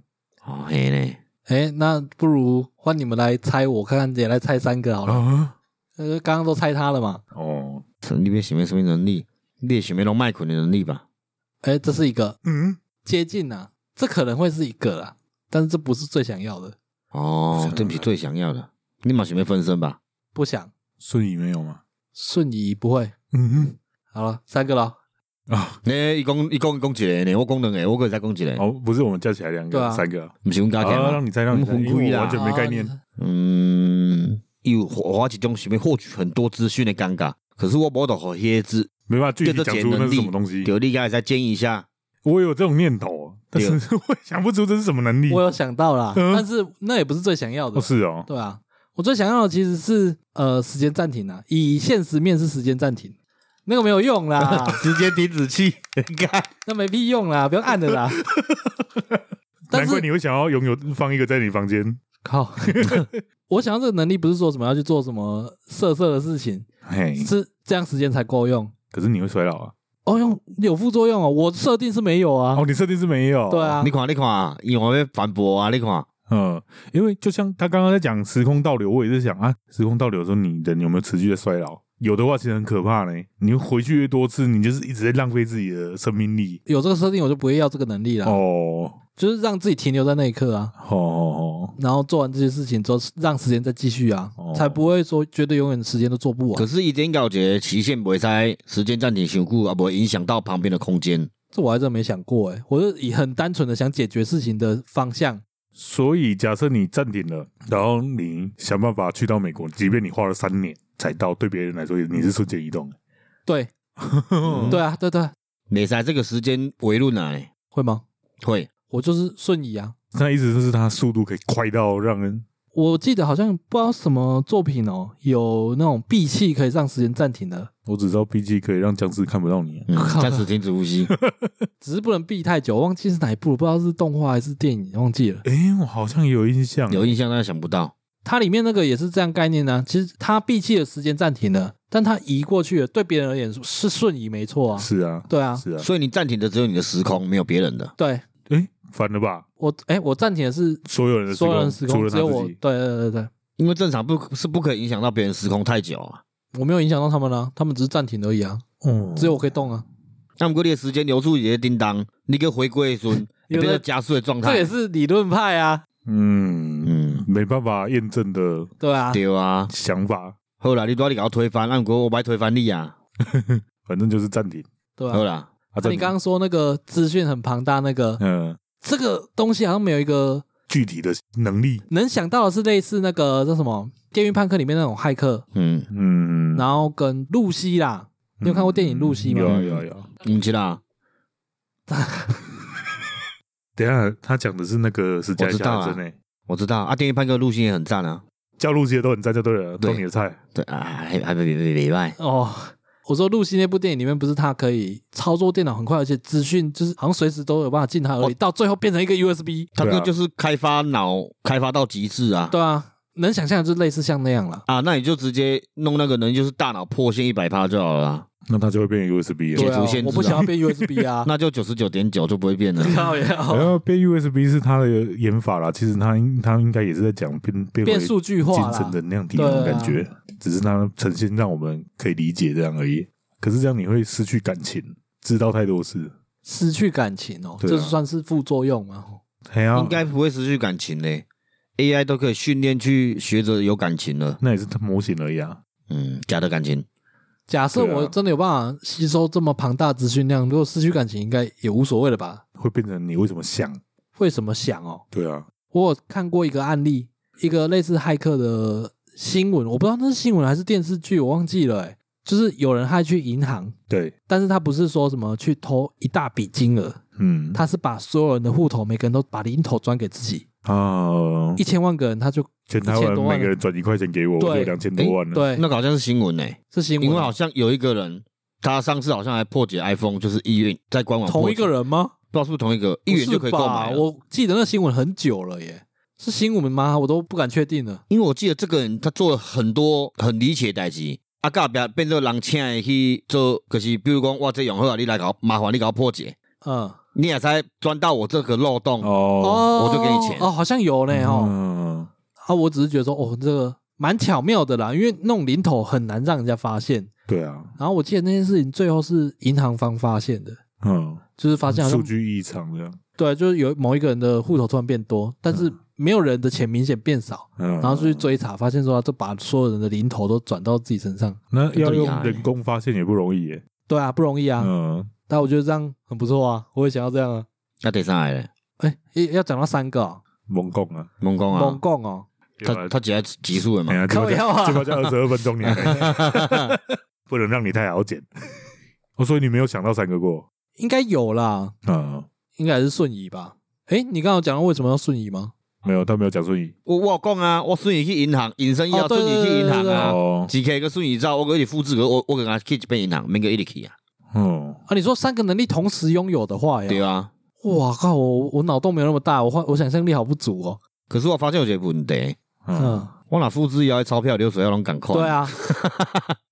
Speaker 3: 哦嘿嘞，
Speaker 1: 哎，那不如换你们来猜我，看看也来猜三个好
Speaker 3: 哦
Speaker 1: 了。
Speaker 2: 啊，
Speaker 1: 呃，刚刚都猜他了嘛。
Speaker 2: 哦，
Speaker 3: 那边什么什么能力？列什么龙脉捆的能力吧？
Speaker 1: 哎，这是一个，
Speaker 2: 嗯，
Speaker 1: 接近啊，这可能会是一个啦，但是这不是最想要的，
Speaker 3: 哦，这不是最想要的。你嘛想要分身吧？
Speaker 1: 不想
Speaker 2: 瞬移没有吗？
Speaker 1: 瞬移不会。
Speaker 2: 嗯
Speaker 1: 好了，三个了，
Speaker 2: 啊，
Speaker 3: 诶，一共一共一共几个呢？我讲两个，我可以再讲一个，
Speaker 2: 哦，不是我们加起来两
Speaker 1: 对
Speaker 2: 个、
Speaker 1: 啊
Speaker 2: 三个啊，
Speaker 3: 不是阮家
Speaker 2: 好
Speaker 3: 庭吗？
Speaker 2: 让你猜，让你猜，
Speaker 3: 嗯
Speaker 2: 因为我完
Speaker 3: 就
Speaker 2: 全没概念。
Speaker 1: 啊
Speaker 3: 嗯，有我一种想要获取很多资讯的尴尬，可是我无得好些资，
Speaker 2: 没办法具体
Speaker 3: 对这
Speaker 2: 讲
Speaker 3: 节
Speaker 2: 出那
Speaker 3: 能
Speaker 2: 是什
Speaker 3: 力
Speaker 2: 么东西。
Speaker 3: 有理解再建议一下。
Speaker 2: 我有这种念头，但
Speaker 3: 对，
Speaker 2: 是 我想不出这是什么能力。
Speaker 1: 我有想到啦，
Speaker 2: 嗯
Speaker 1: 但是那也不是最想要的
Speaker 2: 哦，，是哦，
Speaker 1: 对啊，我最想要的其实是呃时间暂停啊，以现实面是时间暂停，那个没有用啦
Speaker 3: 时间停止器， 看
Speaker 1: 那没屁用啦，不用按的 啦。但
Speaker 2: 难怪
Speaker 1: 是
Speaker 2: 你会想要拥有放一个在你房间。
Speaker 1: 靠， 我想要这个能力不是说什么要去做什么色色的事情，
Speaker 2: 嘿，
Speaker 1: 是这样时间才够用。
Speaker 2: 可是你会衰老啊？
Speaker 1: 哦，用有副作用哦，我设定是没有啊。
Speaker 2: 哦，你设定是没有。
Speaker 1: 对，啊
Speaker 3: 你，看，你看，因为要反驳啊，你看，
Speaker 2: 嗯，因为就像他刚刚在讲时空倒流，我也是想啊，时空倒流的时候，你人有没有持续的衰老？有的话，其实很可怕呢。你回去越多次，你就是一直在浪费自己的生命力。
Speaker 1: 有这个设定，我就不会要这个能力了。
Speaker 2: 哦，
Speaker 1: 就是让自己停留在那一刻啊，
Speaker 2: 哦哦
Speaker 1: 然后做完这些事情之后，让时间再继续啊，
Speaker 2: 哦
Speaker 1: 才不会说觉得永远时间都做不
Speaker 3: 可
Speaker 1: 完。
Speaker 3: 是一定要有一个期限，袂使时间暂停修久，啊，不会影响到旁边的空间。
Speaker 1: 这我还真没想过哎、我是以很单纯的想解决事情的方向，
Speaker 2: 所以，假设你暂停了，然后你想办法去到美国，即便你花了三年才到，对别人来说你是瞬间移动。
Speaker 1: 对、对啊，对对啊，
Speaker 3: 袂使这个时间维论啊，
Speaker 1: 会吗？
Speaker 3: 会
Speaker 1: 我就是瞬移啊，
Speaker 2: 那意思就是它速度可以快到让人
Speaker 1: 我记得好像不知道什么作品哦，有那种闭气可以让时间暂停的，
Speaker 2: 我只知道 B G 可以让僵尸看不到你、啊
Speaker 3: 嗯
Speaker 1: 靠
Speaker 3: 暂时停止呼吸。
Speaker 1: 只是不能闭太久，我忘记是哪一部了，不知道是动画还是电影，忘记了。
Speaker 2: 诶，我好像有印象，
Speaker 3: 有印象，但是想不到。
Speaker 1: 它里面那个也是这样概念呢、其实它闭气的时间暂停了，但它移过去了，对别人而言是瞬移，没错啊。
Speaker 2: 是啊，
Speaker 1: 对啊，
Speaker 2: 是啊，
Speaker 3: 所以你暂停的只有你的时空，没有别人的。
Speaker 1: 对
Speaker 2: 诶，反了吧？
Speaker 1: 我哎，我暂停的是
Speaker 2: 所有人的时
Speaker 1: 所有
Speaker 2: 空，
Speaker 1: 人时
Speaker 2: 除
Speaker 1: 空，
Speaker 2: 了
Speaker 1: 只
Speaker 2: 他
Speaker 1: 有我。
Speaker 2: 自
Speaker 1: 对
Speaker 2: 己，
Speaker 1: 对对对，
Speaker 3: 因为正常不是不可以影响到别人时空太久啊。
Speaker 1: 我没有影响到他们啊，他们只是暂停而已啊，
Speaker 2: 哦
Speaker 1: 只有我可以动啊。
Speaker 3: 那么过你的时间留出你的叮当，你个回归的时阵，
Speaker 1: 有的
Speaker 3: 变成加速的状态。
Speaker 1: 这也是理论派啊，
Speaker 2: 嗯，
Speaker 3: 嗯，
Speaker 2: 没办法验证的
Speaker 1: 对啊，
Speaker 3: 对啊。
Speaker 2: 想法，
Speaker 3: 后来你都要你给我推翻，那不过我白推翻你啊。
Speaker 2: 反正就是暂停
Speaker 1: 对
Speaker 3: 好
Speaker 1: 啊。
Speaker 3: 啦，
Speaker 2: 啊。
Speaker 1: 那
Speaker 2: 暂
Speaker 1: 你
Speaker 2: 停
Speaker 1: 刚刚说那个资讯很庞大，那个
Speaker 2: 嗯，
Speaker 1: 这个东西好像没有一个
Speaker 2: 具体的能力，
Speaker 1: 能想到的是类似那个叫什么《电锯判客》里面那种骇客，
Speaker 3: 嗯，
Speaker 2: 嗯，
Speaker 1: 然后跟露西啦，你有看过电影《露西》吗？
Speaker 2: 有啊有啊有啊。
Speaker 3: 唔知啦，
Speaker 2: 等一下他讲的是那个是
Speaker 3: 我
Speaker 2: 加
Speaker 3: 知道
Speaker 2: 下
Speaker 3: 啊
Speaker 2: 真诶，
Speaker 3: 我知道啊，电影判哥路线也很赞啊。
Speaker 2: 叫路西的都很赞，就对了，
Speaker 3: 对
Speaker 2: 都你的菜。
Speaker 3: 对啊，还还没没没卖，
Speaker 1: 哦，我说露西那部电影里面不是他可以操作电脑很快，而且资讯就是好像随时都有办法进他
Speaker 2: 哦
Speaker 1: 耳里，到最后变成一个 USB。
Speaker 3: 他
Speaker 2: 对
Speaker 3: 这
Speaker 2: 啊
Speaker 3: 就是开发脑开发到极致啊。
Speaker 1: 对啊，能想象就是类似像那样啦。
Speaker 3: 啊，那你就直接弄那个人，就是大脑破线一百趴就好了啊，
Speaker 2: 那它就会变 USB
Speaker 3: 解
Speaker 1: 对
Speaker 2: 了。
Speaker 1: 啊
Speaker 3: 除限，制
Speaker 1: 我不
Speaker 3: 啊
Speaker 1: 想要变 USB 啊。
Speaker 3: 那就九十九点九就不会变了。
Speaker 1: 靠
Speaker 2: 然
Speaker 1: 呀，
Speaker 2: 后变 USB 是它的研法啦，其实它应它应该也是在讲变变回
Speaker 1: 变数据化
Speaker 2: 精
Speaker 1: 啦
Speaker 2: 神。能量体那种感觉，
Speaker 1: 啊
Speaker 2: 只是它呈现让我们可以理解这样而已。可是这样你会失去感情，知道太多事。
Speaker 1: 失去感情哦，
Speaker 2: 对啊
Speaker 1: 这算是副作用吗？
Speaker 2: 哎呀，
Speaker 3: 应该不会失去感情嘞、a i 都可以训练去学着有感情了。
Speaker 2: 那也是它模型而已啊。
Speaker 3: 嗯，假的感情，
Speaker 1: 假设
Speaker 2: 对啊
Speaker 1: 我真的有办法吸收这么庞大资讯量，如果失去感情，应该也无所谓了吧？
Speaker 2: 会变成你为什么想？
Speaker 1: 会怎么想哦？
Speaker 2: 对啊，
Speaker 1: 我有看过一个案例，一个类似骇客的新闻，我不知道那是新闻还是电视剧，我忘记了、欸。就是有人骇去银行，
Speaker 2: 对，
Speaker 1: 但是他不是说什么去偷一大笔金额，
Speaker 2: 嗯，
Speaker 1: 他是把所有人的户头，每个人都把零头转给自己，
Speaker 2: 啊，
Speaker 1: 一千万个人，他就
Speaker 2: 全台
Speaker 1: 1000
Speaker 2: 湾
Speaker 1: 多万
Speaker 2: 每个人转一块钱给我，
Speaker 1: 对
Speaker 2: 我就两千多万了。
Speaker 1: 对，
Speaker 3: 那个好像是新闻嘞、欸
Speaker 1: 是新
Speaker 3: 因为
Speaker 1: 闻
Speaker 3: 好
Speaker 1: 啊。
Speaker 3: 像有一个人，他上次好像还破解 iPhone，就是易运在官网破
Speaker 1: 同
Speaker 3: 解
Speaker 1: 一个，人吗？
Speaker 3: 不知道是不是同一个，一
Speaker 1: 不
Speaker 3: 元
Speaker 1: 是
Speaker 3: 就可以购
Speaker 1: 吧
Speaker 3: 买啊了。
Speaker 1: 我记得那新闻很久了耶，是新闻吗？我都不敢确定了。
Speaker 3: 因为我记得这个人他做了很多很离奇的代志，啊，到后壁变做人请的去做，就是比如讲我这用好啊，你来搞，麻烦你搞破解，
Speaker 1: 嗯，
Speaker 3: 你也才钻到我这个漏洞。
Speaker 2: 哦，
Speaker 1: 哦
Speaker 3: 哦我就给你钱
Speaker 1: 哦，好像有呢哦。
Speaker 2: 嗯，
Speaker 1: 啊，我只是觉得说，哦，这个蛮巧妙的啦，因为弄零头很难让人家发现。
Speaker 2: 对啊，
Speaker 1: 然后我记得那件事情最后是银行方发现的，
Speaker 2: 嗯，
Speaker 1: 就是发现好
Speaker 2: 数
Speaker 1: 像
Speaker 2: 据异常这样，
Speaker 1: 对，就是有某一个人的户头突然变多，但是
Speaker 3: 嗯
Speaker 1: 没有人的钱明显变少，
Speaker 2: 嗯，
Speaker 1: 然后就去追查，发现说他就把所有人的零头都转到自己身上。
Speaker 2: 那要
Speaker 3: 对
Speaker 2: 用
Speaker 3: 呀
Speaker 2: 人工发现也不容易耶。
Speaker 1: 对啊，不容易啊，
Speaker 2: 嗯，
Speaker 1: 但我觉得这样很不错啊，我也想要这样啊。
Speaker 3: 那第三个嘞，
Speaker 1: 哎，要要讲到三个、哦，
Speaker 2: 猛攻啊，
Speaker 3: 蒙公
Speaker 1: 猛
Speaker 3: 啊，
Speaker 1: 共哦，
Speaker 3: 他他只要集数了嘛
Speaker 2: 哎，呀，这
Speaker 1: 靠
Speaker 2: 个
Speaker 1: 腰啊
Speaker 2: 叫这个叫二十二分钟，你还不能让你太好剪。哦，所以你没有想到三个过
Speaker 1: 应该有啦，
Speaker 2: 啊？
Speaker 1: 应该还是瞬移吧。哎，你刚刚有讲到为什么要瞬移吗？
Speaker 2: 没有，他没有讲顺义
Speaker 3: 我我有讲啊，我顺你去银行，隐身要
Speaker 1: 哦对
Speaker 3: 顺你去银行
Speaker 1: 对啊
Speaker 3: 啊，
Speaker 2: 哦，
Speaker 3: 几 K 个顺你照，我给你复制个，我我给他去一边银行，免个一直去啊，
Speaker 2: 嗯，
Speaker 1: 啊，你说三个能力同时拥有的话呀？
Speaker 3: 对啊。
Speaker 1: 哇靠，我我脑洞没有那么大，我幻我想象力好不足哦。
Speaker 3: 可是我发现有一个问题，
Speaker 2: 嗯，
Speaker 1: 嗯，
Speaker 3: 我拿复制以后钞票流水要拢赶快。
Speaker 1: 对，啊，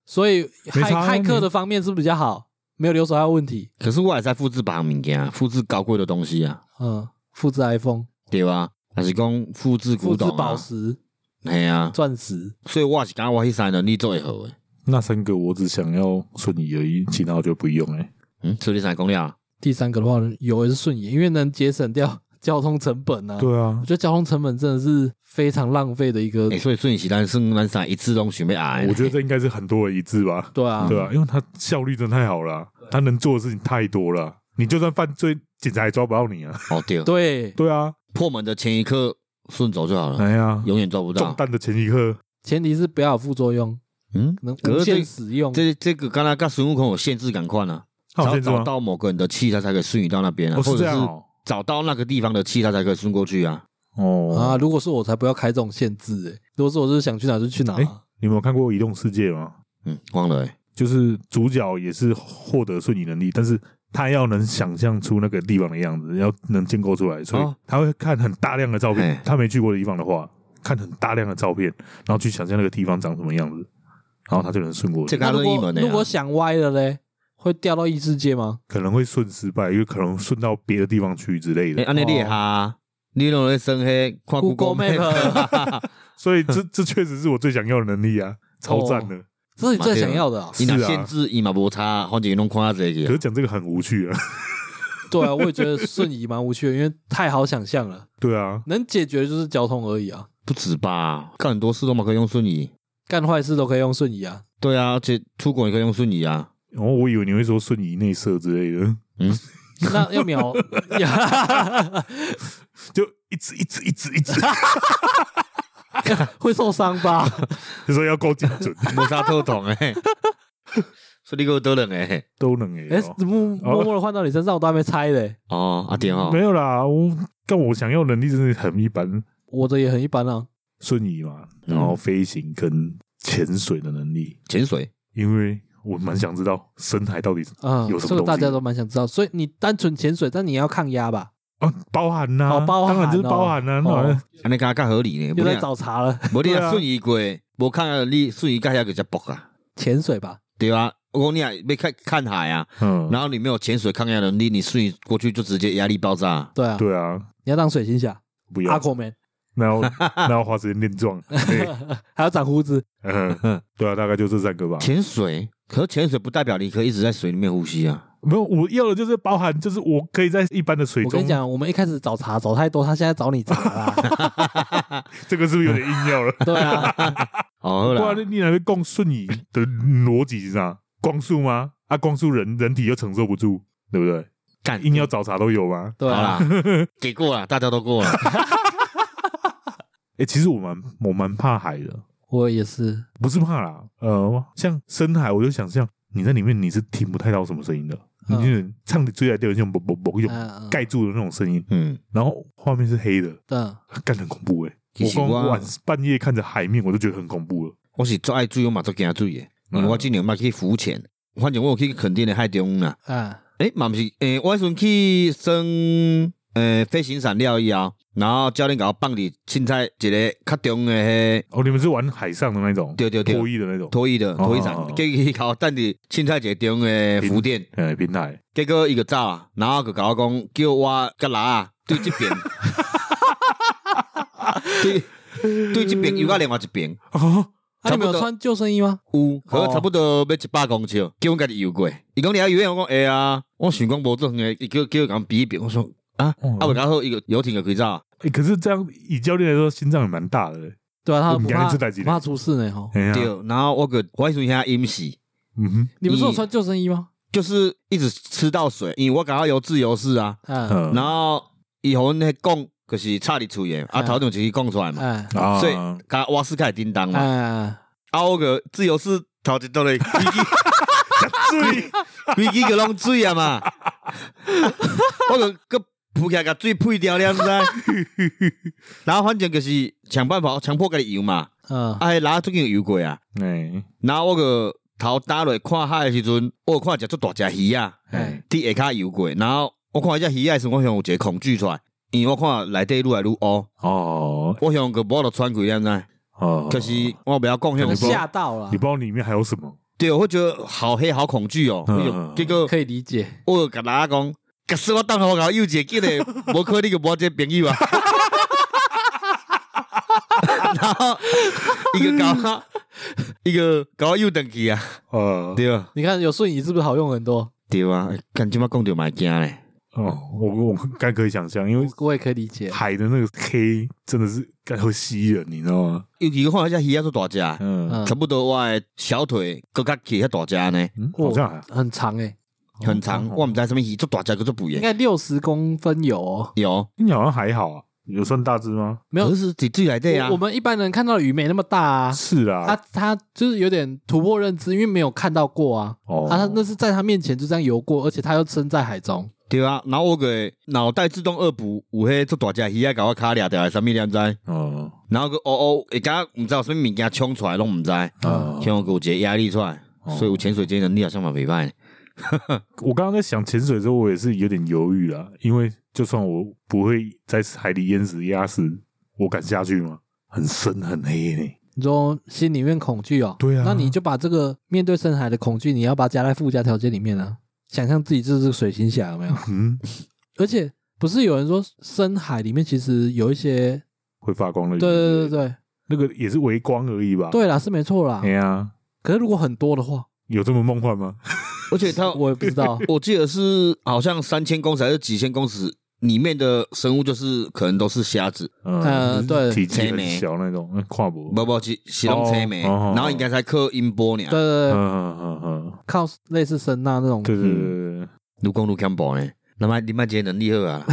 Speaker 1: 所以
Speaker 2: 没
Speaker 1: 骇
Speaker 2: 差啊
Speaker 1: 骇客
Speaker 2: 你
Speaker 1: 的方面是不是比较好？没有留守还有问题。
Speaker 3: 可是我也在复制别项物件啊，复制高贵的东西啊，
Speaker 1: 嗯，复制 iPhone，
Speaker 3: 对吧？还是讲复制古
Speaker 1: 复制
Speaker 3: 董
Speaker 1: 宝
Speaker 3: 啊，
Speaker 1: 石、
Speaker 3: 嘿啊，
Speaker 1: 钻石。
Speaker 3: 所以我也是感觉我迄三个能力最好诶。
Speaker 2: 那三个我只想要顺义而已，其他我就不用哎。
Speaker 3: 嗯，所以你三讲了，
Speaker 1: 第三个的话，有也是顺延，因为能节省掉交通成本啊。
Speaker 2: 对啊
Speaker 1: 我，觉得交通成本真的是非常浪费的一个
Speaker 3: 诶、。欸所以顺其咱算咱三个一致拢想要
Speaker 1: 哎
Speaker 3: 爱。
Speaker 2: 我觉得这应该是很多人一致吧。
Speaker 1: 对啊，
Speaker 2: 对啊，因为他效率真的太好了啊，他能做的事情太多了啊。你就算犯罪，警察也抓不到你
Speaker 1: 嗯
Speaker 2: 啊。
Speaker 3: 哦对，
Speaker 1: 对，
Speaker 2: 对啊，
Speaker 3: 破门的前一刻顺走就好
Speaker 1: 嗯
Speaker 3: 了，
Speaker 2: 哎呀，
Speaker 1: 啊
Speaker 3: 永远抓不
Speaker 2: 中
Speaker 3: 到。
Speaker 2: 弹的前一刻，
Speaker 1: 前提是不要有副作用，
Speaker 3: 嗯
Speaker 1: 可能，无
Speaker 3: 可是
Speaker 1: 限
Speaker 3: 这
Speaker 1: 使用。
Speaker 3: 这这个刚才跟孙悟空有限制感快呢，
Speaker 2: 他有
Speaker 3: 找
Speaker 2: 哦限制吗
Speaker 3: 找？到某个人的气，他才可以瞬移到那边啊，
Speaker 2: 哦，
Speaker 3: 或
Speaker 2: 是这
Speaker 3: 者
Speaker 2: 样
Speaker 3: 是
Speaker 2: 哦。
Speaker 3: 找到那个地方的气，他才可以顺过去啊。
Speaker 2: 哦
Speaker 1: 啊，如果是我才不要开这种限制哎、如果是我就是想去哪就去哪、啊
Speaker 2: 哎你们有看过《移动世界》吗？
Speaker 3: 嗯，忘了、欸，
Speaker 2: 就是主角也是获得瞬移能力，但是他要能想象出那个地方的样子，要能建构出来，所以
Speaker 3: 哦
Speaker 2: 他会看很大量的照片
Speaker 3: 嘿。
Speaker 2: 他没去过的地方的话，看很大量的照片，然后去想象那个地方长什么样子，然后他就能顺过去。
Speaker 3: 这
Speaker 1: 那
Speaker 3: 个
Speaker 1: 如
Speaker 3: 任意
Speaker 1: 果
Speaker 3: 门的、
Speaker 1: 如果
Speaker 3: 啊。
Speaker 1: 想歪了嘞，会掉到异世界吗？
Speaker 2: 可能会顺失败，因为可能顺到别的地方去之类
Speaker 3: 哎，
Speaker 2: 的。
Speaker 3: 安尼你也哈、你拢咧生黑看
Speaker 1: Google
Speaker 2: 啊
Speaker 1: Map 啊
Speaker 2: 所以这这确实是我最想要的能力 啊，超赞
Speaker 3: 哦
Speaker 2: 的。
Speaker 1: 这是你最想要的、啊。
Speaker 3: 你
Speaker 2: 是
Speaker 3: 若
Speaker 2: 啊
Speaker 3: 限制伊嘛无差，反正拢看啊这
Speaker 2: 可是
Speaker 3: 个。
Speaker 2: 讲这个很无趣啊，
Speaker 1: 对啊，我也觉得瞬移蛮无趣的，因为太好想象了，
Speaker 2: 对啊，
Speaker 1: 能解决的就是交通而已啊，
Speaker 3: 不止吧，干很多事都嘛可以用瞬移。
Speaker 1: 干坏事都可以用瞬移啊。
Speaker 3: 对啊，而且出国也可以用瞬移啊。
Speaker 2: 然后我以为你会说瞬移内射之类的，
Speaker 1: 那要秒，
Speaker 2: 就一直一直一直一直，
Speaker 1: 会受伤吧？
Speaker 2: 就说要够精 准，
Speaker 3: 无啥透懂 诶，所哎以你给我得人诶。
Speaker 2: 都能诶、
Speaker 1: 哎、
Speaker 2: 哦
Speaker 1: 默
Speaker 2: 哦
Speaker 1: 默默的换到你身上，我都还没猜嘞。
Speaker 2: 嗯
Speaker 3: 哦，啊对吼
Speaker 2: 没，有啦，我但我想要能力真的很一般，
Speaker 1: 我的也很一般啊。
Speaker 2: 瞬移嘛，
Speaker 1: 嗯
Speaker 2: 然后飞行跟潜水的能力，
Speaker 3: 潜水
Speaker 2: 因为我蛮想知道深海到底
Speaker 1: 嗯，
Speaker 2: 有什么
Speaker 1: 这个
Speaker 2: 东西
Speaker 1: 大家都蛮想知道，所以你单纯潜水，但你要抗压吧？
Speaker 2: 哦包含呐、
Speaker 1: 哦包含
Speaker 2: 当然就是
Speaker 1: 哦
Speaker 2: 包含呐、那好像
Speaker 1: 哦，
Speaker 3: 安尼敢较合理呢？
Speaker 1: 又
Speaker 3: 无
Speaker 1: 在
Speaker 3: 你啊
Speaker 1: 找茬了，
Speaker 3: 无你
Speaker 2: 对啊
Speaker 3: 若瞬移过，无看到你瞬移到遐就只博啊，
Speaker 1: 潜水吧？
Speaker 3: 对啊，我讲你啊，要看看海啊，
Speaker 2: 嗯，
Speaker 3: 然后你没有潜水抗压能力，你瞬移过去就直接压力爆炸啊。
Speaker 1: 对啊，
Speaker 2: 对啊，
Speaker 1: 你要当水星侠
Speaker 2: 不要
Speaker 1: 阿，孔梅，
Speaker 2: 那要那要花时间练壮，对，
Speaker 1: 还要长胡子，
Speaker 2: 嗯，对啊，大概就这三个吧。
Speaker 3: 潜水，可是潜水不代表你可以一直在水里面呼吸啊。
Speaker 2: 没有，我要的就是包含，就是我可以在一般的水
Speaker 1: 我跟
Speaker 2: 中
Speaker 1: 你，讲，我们一开始找茬找太多，他现在找你茬啦。
Speaker 2: 这个是不是有点硬 要了？
Speaker 1: 对啊，
Speaker 3: 哦，好
Speaker 2: 不
Speaker 3: 啦
Speaker 2: 然你哪会供瞬移的逻辑是啥？光速吗？啊，光速人人体又承受不住，对不对？
Speaker 3: 干
Speaker 2: 硬要找茬都有吗？
Speaker 1: 对
Speaker 3: 好
Speaker 1: 啊，
Speaker 3: 啦，给过了，大家都过了。
Speaker 2: 哎、其实我蛮我蛮怕海的，
Speaker 1: 我也是。
Speaker 2: 不是怕啦，呃，像深海，我就想象你在里面你是听不太到什么声音的，你
Speaker 1: 嗯
Speaker 2: 就是唱的追来掉去，嘣嘣嘣，有
Speaker 1: 嗯，
Speaker 2: 盖住的那种声音，
Speaker 3: 嗯，
Speaker 2: 然后画面是黑的，
Speaker 1: 嗯，
Speaker 2: 干得很恐怖哎、
Speaker 3: 其
Speaker 2: 我
Speaker 3: 实
Speaker 2: 光
Speaker 3: 我
Speaker 2: 晚半夜看着海面，我都觉得很恐怖了。
Speaker 3: 我是做爱水，我嘛做惊水的。
Speaker 2: 嗯
Speaker 3: 因为我今年嘛去浮潜，反正我有去垦丁的海中啦。
Speaker 1: 嗯，
Speaker 3: 诶，嘛毋是，诶、我迄阵去升，诶、飞行伞了以后，然后教练甲我放伫凊彩一个较重的迄、
Speaker 2: 哦，你们是玩海上的那种，
Speaker 3: 对对对
Speaker 2: 脱衣的那种，
Speaker 3: 脱衣的脱衣伞
Speaker 2: 哦，
Speaker 3: 结果伊甲我等伫凊彩一个中的浮 垫，
Speaker 2: 呃，平台，
Speaker 3: 结果伊就走啊，然后就甲我讲叫我甲拉啊，对即 边，对对即边游到另外一边，
Speaker 2: 哦，
Speaker 1: 那你们有
Speaker 3: 差不多
Speaker 1: 穿救生衣吗？
Speaker 3: 有，可
Speaker 1: 哦
Speaker 3: 能差不多要一百公尺，叫阮家己游过。伊讲你还游泳，我讲会啊。我想讲无做远的，伊叫叫我共比一比，我说啊
Speaker 2: 哦，
Speaker 3: 啊袂然后伊个游艇就开走啊。
Speaker 2: 哎，可是这样以教练来说，心脏也蛮大的欸。
Speaker 1: 对啊，他
Speaker 2: 我
Speaker 1: 不
Speaker 2: 们
Speaker 1: 怕
Speaker 2: 家这代志
Speaker 1: 不怕出事呢吼。
Speaker 2: 哎
Speaker 3: 对
Speaker 2: 呀，，
Speaker 3: 然后我个我迄阵遐淹死，
Speaker 2: 嗯哼，
Speaker 1: 你们是有穿救生衣吗？
Speaker 3: 就是一直吃到水，因为我感觉游自由式啊。
Speaker 1: 嗯，
Speaker 2: 嗯
Speaker 3: 然后伊互阮迄讲，就是插伫喙诶，啊
Speaker 1: 嗯
Speaker 3: 头顶就是讲出来嘛，
Speaker 1: 嗯，
Speaker 2: 啊
Speaker 3: 所以甲蛙斯开叮当嘛。
Speaker 1: 嗯，
Speaker 3: 啊我个自由式头一倒咧，规支
Speaker 2: 水，
Speaker 3: 规支就拢水啊嘛。我个个浮起来，甲水配掉了，你知？然后反正就是想办法强迫家己游嘛，
Speaker 1: 嗯，
Speaker 3: 啊，迄拉最近游过啊。
Speaker 2: 哎，
Speaker 3: 然后我个头打落看海的时阵，我有看一只足大只鱼啊，
Speaker 1: 哎，
Speaker 3: 伫下骹游过。然后我看迄只鱼的时阵，我向有一个恐惧出来，因为我看内底愈来愈乌，
Speaker 2: 哦
Speaker 3: 我向个无就穿过了，你知？
Speaker 2: 哦，
Speaker 3: 可是我不要讲
Speaker 1: 可能
Speaker 3: 向
Speaker 1: 吓到了
Speaker 2: 你不，知道里面还有什么，
Speaker 3: 对，我会觉得好黑好恐惧哦。
Speaker 2: 嗯
Speaker 3: 我就
Speaker 2: 嗯嗯
Speaker 3: 结果
Speaker 1: 可以理解。
Speaker 3: 我有甲大家讲，假使我当下我搞有一个记得，无可能你个无这个朋友啊。 然后一个搞一个搞又等去啊，
Speaker 2: 呃，
Speaker 3: 对啊，
Speaker 1: 你看有瞬移是不是好用很多？
Speaker 3: 对啊，干即马讲着嘛会惊咧，
Speaker 2: 哦，我我该可以想象，因为
Speaker 1: 我我也可以理解。
Speaker 2: 海的那个黑真的是该会吸人，你知道吗？
Speaker 3: 尤其看迄只鱼仔做啊大只，
Speaker 2: 嗯，
Speaker 1: 嗯
Speaker 3: 差，不多我的小腿搁较起遐大只啊呢，
Speaker 2: 嗯
Speaker 1: 哦
Speaker 2: 好像还
Speaker 1: 很长诶，
Speaker 3: 很长，
Speaker 2: 哦
Speaker 3: 我毋知道什么鱼做大只搁做肥
Speaker 1: 应
Speaker 3: 诶，
Speaker 1: 该六十公分有哦。
Speaker 3: 有，
Speaker 2: 你好像还好啊，有算大只吗？
Speaker 1: 没有
Speaker 3: 可是是伫水内底啊
Speaker 1: 我我，们一般人看到的鱼没那么大啊，
Speaker 2: 是
Speaker 1: 他
Speaker 2: 啦，
Speaker 1: 他就是有点突破认知，因为没有看到过啊。
Speaker 2: 哦，
Speaker 1: 啊，他那是在他面前就这样游过，而且他又身在海中。
Speaker 3: 对啊，然后我个脑袋自动恶补有迄做大只鱼仔甲我卡掠掉的，啥物你也毋知道？
Speaker 2: 哦
Speaker 3: 然后个哦哦，会感觉毋知有啥物物件冲出来，拢毋知，
Speaker 1: 嗯
Speaker 2: 哦
Speaker 3: 像有一个压力出来，
Speaker 2: 哦
Speaker 3: 所以有潜水这能力好像嘛袂歹。
Speaker 2: 我刚刚在想潜水的时候，我也是有点犹豫啦，因为就算我不会在海里淹死、压死，我敢下去吗？很深很黑呢、
Speaker 1: 你说心里面恐惧哦，
Speaker 2: 对啊
Speaker 1: 那你就把这个面对深海的恐惧，你要把它加在附加条件里面啊。想象自己就是水行侠，有没有？
Speaker 2: 嗯，
Speaker 1: 而且不是有人说深海里面其实有一些，
Speaker 2: 会发光的鱼，
Speaker 1: 对对对对
Speaker 2: 那个也是微光而已吧？
Speaker 1: 对，，啊对啦，是没错啦
Speaker 2: 哎。呀、
Speaker 1: 可是如果很多的话，
Speaker 2: 有这么梦幻吗？
Speaker 3: 而且它，
Speaker 1: 我也不知 道
Speaker 3: 我记得是好像三千公尺还是几千公尺里面的生物，就是可能都是虾子，
Speaker 2: 嗯，
Speaker 1: 呃对
Speaker 2: 体积
Speaker 3: 黑
Speaker 2: 很
Speaker 3: 莓
Speaker 2: 小那种，嗯跨博，
Speaker 3: 不不是是拢青梅，
Speaker 2: 哦哦哦
Speaker 3: 然后应该才靠音波呢
Speaker 1: 对。对
Speaker 2: 嗯
Speaker 1: 对，
Speaker 2: 嗯嗯嗯，
Speaker 1: 靠类似声呐那种，
Speaker 2: 对对对对对。
Speaker 3: 如讲如看波呢，那么你们这能力好 啊，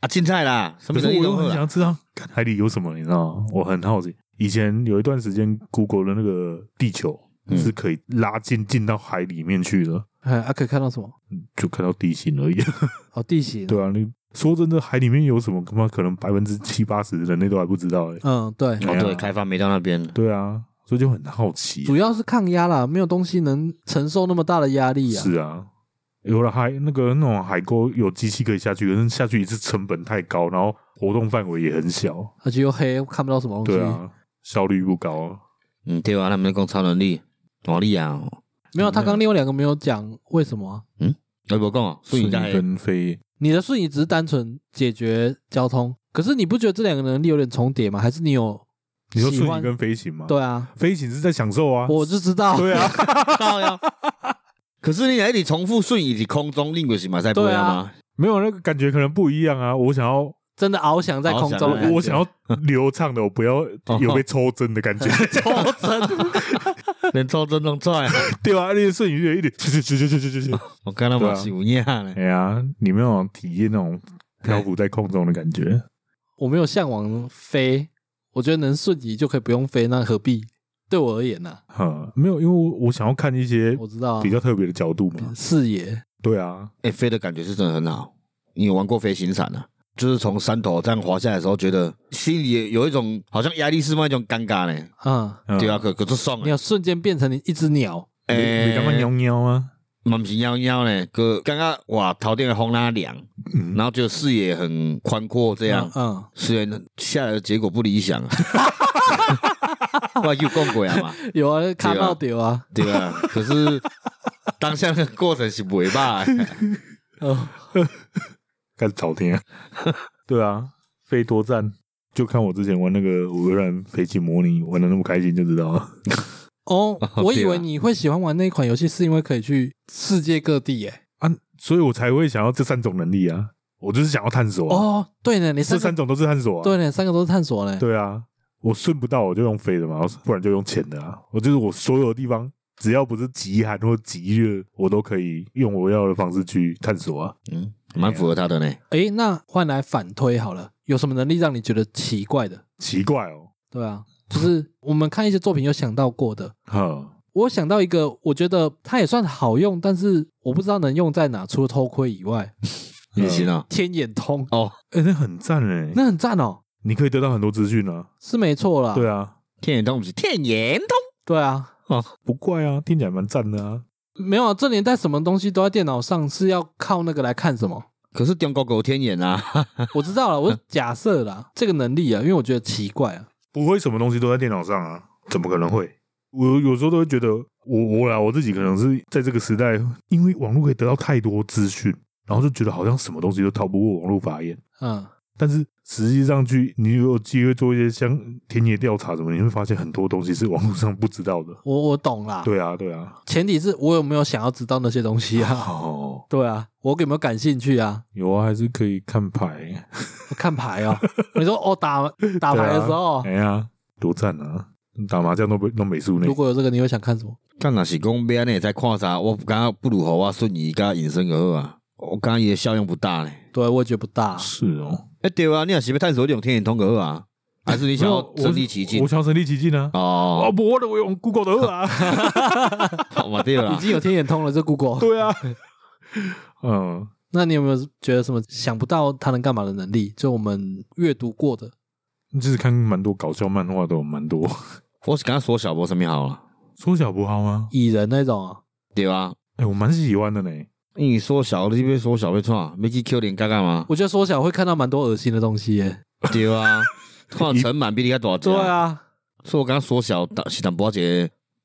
Speaker 3: 啊凊彩啦，什
Speaker 2: 可
Speaker 3: 么
Speaker 2: 是
Speaker 3: 能
Speaker 2: 我
Speaker 3: 力
Speaker 2: 又
Speaker 3: 都好
Speaker 2: 很
Speaker 3: 啦。
Speaker 2: 想知道看海里有什么，你知道吗？我很好奇。以前有一段时间，Google 的那个地球
Speaker 3: 嗯
Speaker 2: 是可以拉近进到海里面去的，
Speaker 1: 哎，啊可以看到什么？
Speaker 2: 就看到地形而已。
Speaker 1: 哦，地形，
Speaker 2: 对啊，你说真的，海里面有什么他妈可能百分之七八十的人类都还不知道哎、
Speaker 1: 嗯，对，
Speaker 3: 哦，
Speaker 2: 哎呀
Speaker 3: 对，开发没到那边，
Speaker 2: 对啊，所以就很好奇、啊
Speaker 1: 主要是抗压啦，没有东西能承受那么大的压力啊。
Speaker 2: 是啊，有了海那个那种海沟有机器可以下去，可是下去一次成本太高，然后活动范围也很小，
Speaker 1: 而且又黑，看不到什么东西。
Speaker 2: 对啊，哦效率不高、啊。
Speaker 3: 嗯，对啊，他们讲超能力，多厉害哦！
Speaker 1: 没有，他刚另外两个没有讲为什么啊、
Speaker 2: 哎
Speaker 3: 我无
Speaker 2: 啊
Speaker 3: 讲哦，所以在
Speaker 2: 跟飞
Speaker 1: 你的瞬移只是单纯解决交通，可是你不觉得这两个能力有点重叠吗？还是你有？
Speaker 2: 你说
Speaker 1: 喜
Speaker 2: 瞬
Speaker 1: 欢
Speaker 2: 移跟飞行吗？，
Speaker 1: 对啊，
Speaker 2: 飞行是在享受啊。
Speaker 1: 我就知道。
Speaker 2: 对啊，
Speaker 3: 到呀。 可是你还得重复瞬移在空中，另一个是马赛波
Speaker 1: 对
Speaker 3: 亚
Speaker 1: 啊
Speaker 3: 吗？
Speaker 2: 没有那个感觉可能不一样啊。我想要，
Speaker 1: 真的翱翔在空中的
Speaker 3: 翱翔
Speaker 1: 感觉，
Speaker 2: 我想要流畅的，我不要
Speaker 3: 哦
Speaker 2: 有被抽针的 感觉，
Speaker 3: 连超真弄出来，
Speaker 2: 对啊，那个瞬移就有一点咻咻咻咻咻咻咻咻。
Speaker 3: 我看到
Speaker 2: 对啊
Speaker 3: 马是有影呢
Speaker 2: 哎。呀，你没有体验那种漂浮在空中的感觉。
Speaker 1: 我没有向往飞，我觉得能瞬移就可以不用飞，那何必？对我而言呢、
Speaker 2: 哈， 没有，因为我我想要看一些
Speaker 1: 我知道啊
Speaker 2: 哎比较特别的角度嘛。
Speaker 1: 视野，
Speaker 2: 对啊，
Speaker 3: 哎，飞的感觉是真的很好。你有玩过飞行伞啊？就是从山头这样滑下来的时候，觉得心里有一种好像压力释放一种尴尬呢。
Speaker 1: 嗯，
Speaker 2: 嗯
Speaker 3: 对啊，，可可是爽
Speaker 1: 你
Speaker 3: 哎
Speaker 1: 有瞬间变成你一只鸟，，
Speaker 2: 你你刚刚喵喵啊，
Speaker 3: 嘛不是喵喵呢，哥刚刚哇，头顶的风拉凉，
Speaker 2: 嗯，
Speaker 3: 然后就视野很宽阔，这样、
Speaker 1: 嗯，
Speaker 3: 虽然下来的结果不理想啊。我有讲过啊嘛，
Speaker 1: 嗯有啊，看到丢啊，
Speaker 3: 对啊，可是当下那个过程是袂歹的，
Speaker 1: 嗯，
Speaker 2: 开始找天。 对啊，飞多赞，就看我之前玩那个微软飞行模拟玩的那么开心就知道了。
Speaker 1: 哦，我以
Speaker 3: 对啊
Speaker 1: 为你会喜欢玩那一款游戏，是因为可以去世界各地欸耶。
Speaker 2: 啊，所以我才会想要这三种能力啊，我就是想要探索、啊。
Speaker 1: 哦，对呢，你
Speaker 2: 这
Speaker 1: 三
Speaker 2: 三
Speaker 1: 个
Speaker 2: 种都是探索啊。
Speaker 1: 对呢，三个都是探索呢。
Speaker 2: 对啊，我顺不到我就用飞的嘛，不然就用潜的啊。我就是我所有地方，只要不是极寒或极热，我都可以用我要的方式去探索啊。
Speaker 3: 嗯，蛮符合他的呢。
Speaker 1: 诶，那换来反推好了，有什么能力让你觉得奇怪的？
Speaker 2: 奇怪哦，
Speaker 1: 对啊，就是我们看一些作品有想到过的，
Speaker 2: 哈，
Speaker 1: 我想到一个，我觉得它也算好用，但是我不知道能用在哪，除了偷窥以外，
Speaker 3: 也行啊，
Speaker 1: 天眼通
Speaker 3: 哦，
Speaker 2: 哎、那很赞哎、
Speaker 1: 那很赞哦，
Speaker 2: 你可以得到很多资讯啊。
Speaker 1: 是没错啦。
Speaker 2: 对
Speaker 1: 啊，
Speaker 2: 啊，
Speaker 3: 天眼通不是天眼通，
Speaker 1: 对啊，
Speaker 2: 不怪啊，听起来蛮赞的啊。
Speaker 1: 没有啊，这年代什么东西都在电脑上，是要靠那个来看什么？
Speaker 3: 可是中国狗天眼啊，
Speaker 1: 我知道了，我假设啦，这个能力啊，因为我觉得奇怪啊，
Speaker 2: 不会什么东西都在电脑上啊，怎么可能会？我有时候都会觉得，我我啦，我自己可能是在这个时代，因为网络可以得到太多资讯，然后就觉得好像什么东西都逃不过网络法眼。
Speaker 1: 嗯，
Speaker 2: 但是实际上去，你如果有机会做一些像田野调查什么，你会发现很多东西是网络上不知道的。
Speaker 1: 我我懂啦，
Speaker 2: 对啊，对啊。
Speaker 1: 前提是我有没有想要知道那些东西 啊？
Speaker 2: 哦，
Speaker 1: 对啊，我有没有感兴趣啊？
Speaker 2: 有啊，还是可以看牌。
Speaker 1: 我看牌 哦，你说哦打打牌的时候，
Speaker 2: 哎呀，多赞啊！打麻将都不弄美术呢
Speaker 1: 如。果有这个，你会想看什么？
Speaker 3: 干若是讲别呢在看啥，我感觉不如啊和我瞬移加隐身就好啊，我感觉伊的效用不大呢。
Speaker 1: 对，啊我也觉得不大，
Speaker 2: 是哦，
Speaker 3: 哎、对啊，你若是要探索这种天眼通就好啊，还是你想要身临其境
Speaker 2: 我？想要身临其境啊！
Speaker 3: 哦
Speaker 2: 哦，，不，我的我用 Google 的啊。
Speaker 3: 好嘛对 啦
Speaker 1: 已，经有天眼通了，这 Google。
Speaker 2: 对啊，嗯，
Speaker 1: 那你有没有觉得什么想不到他能干嘛的能力？就我们阅读过的，
Speaker 2: 就是看蛮多搞笑漫画都有蛮多。
Speaker 3: 我是刚刚缩小波上面好了，
Speaker 2: 缩小不好吗？
Speaker 1: 蚁人那种啊，
Speaker 3: 对啊，
Speaker 2: 哎，我蛮喜欢的呢。
Speaker 3: 因为缩小你要缩小要创，要去 Q 连干干 嘛？
Speaker 1: 我觉得缩小会看到蛮多恶心的东西耶。
Speaker 3: 对 啊，看成满比你较大只，
Speaker 1: 对，啊，
Speaker 3: 所以我刚刚缩小打是淡薄仔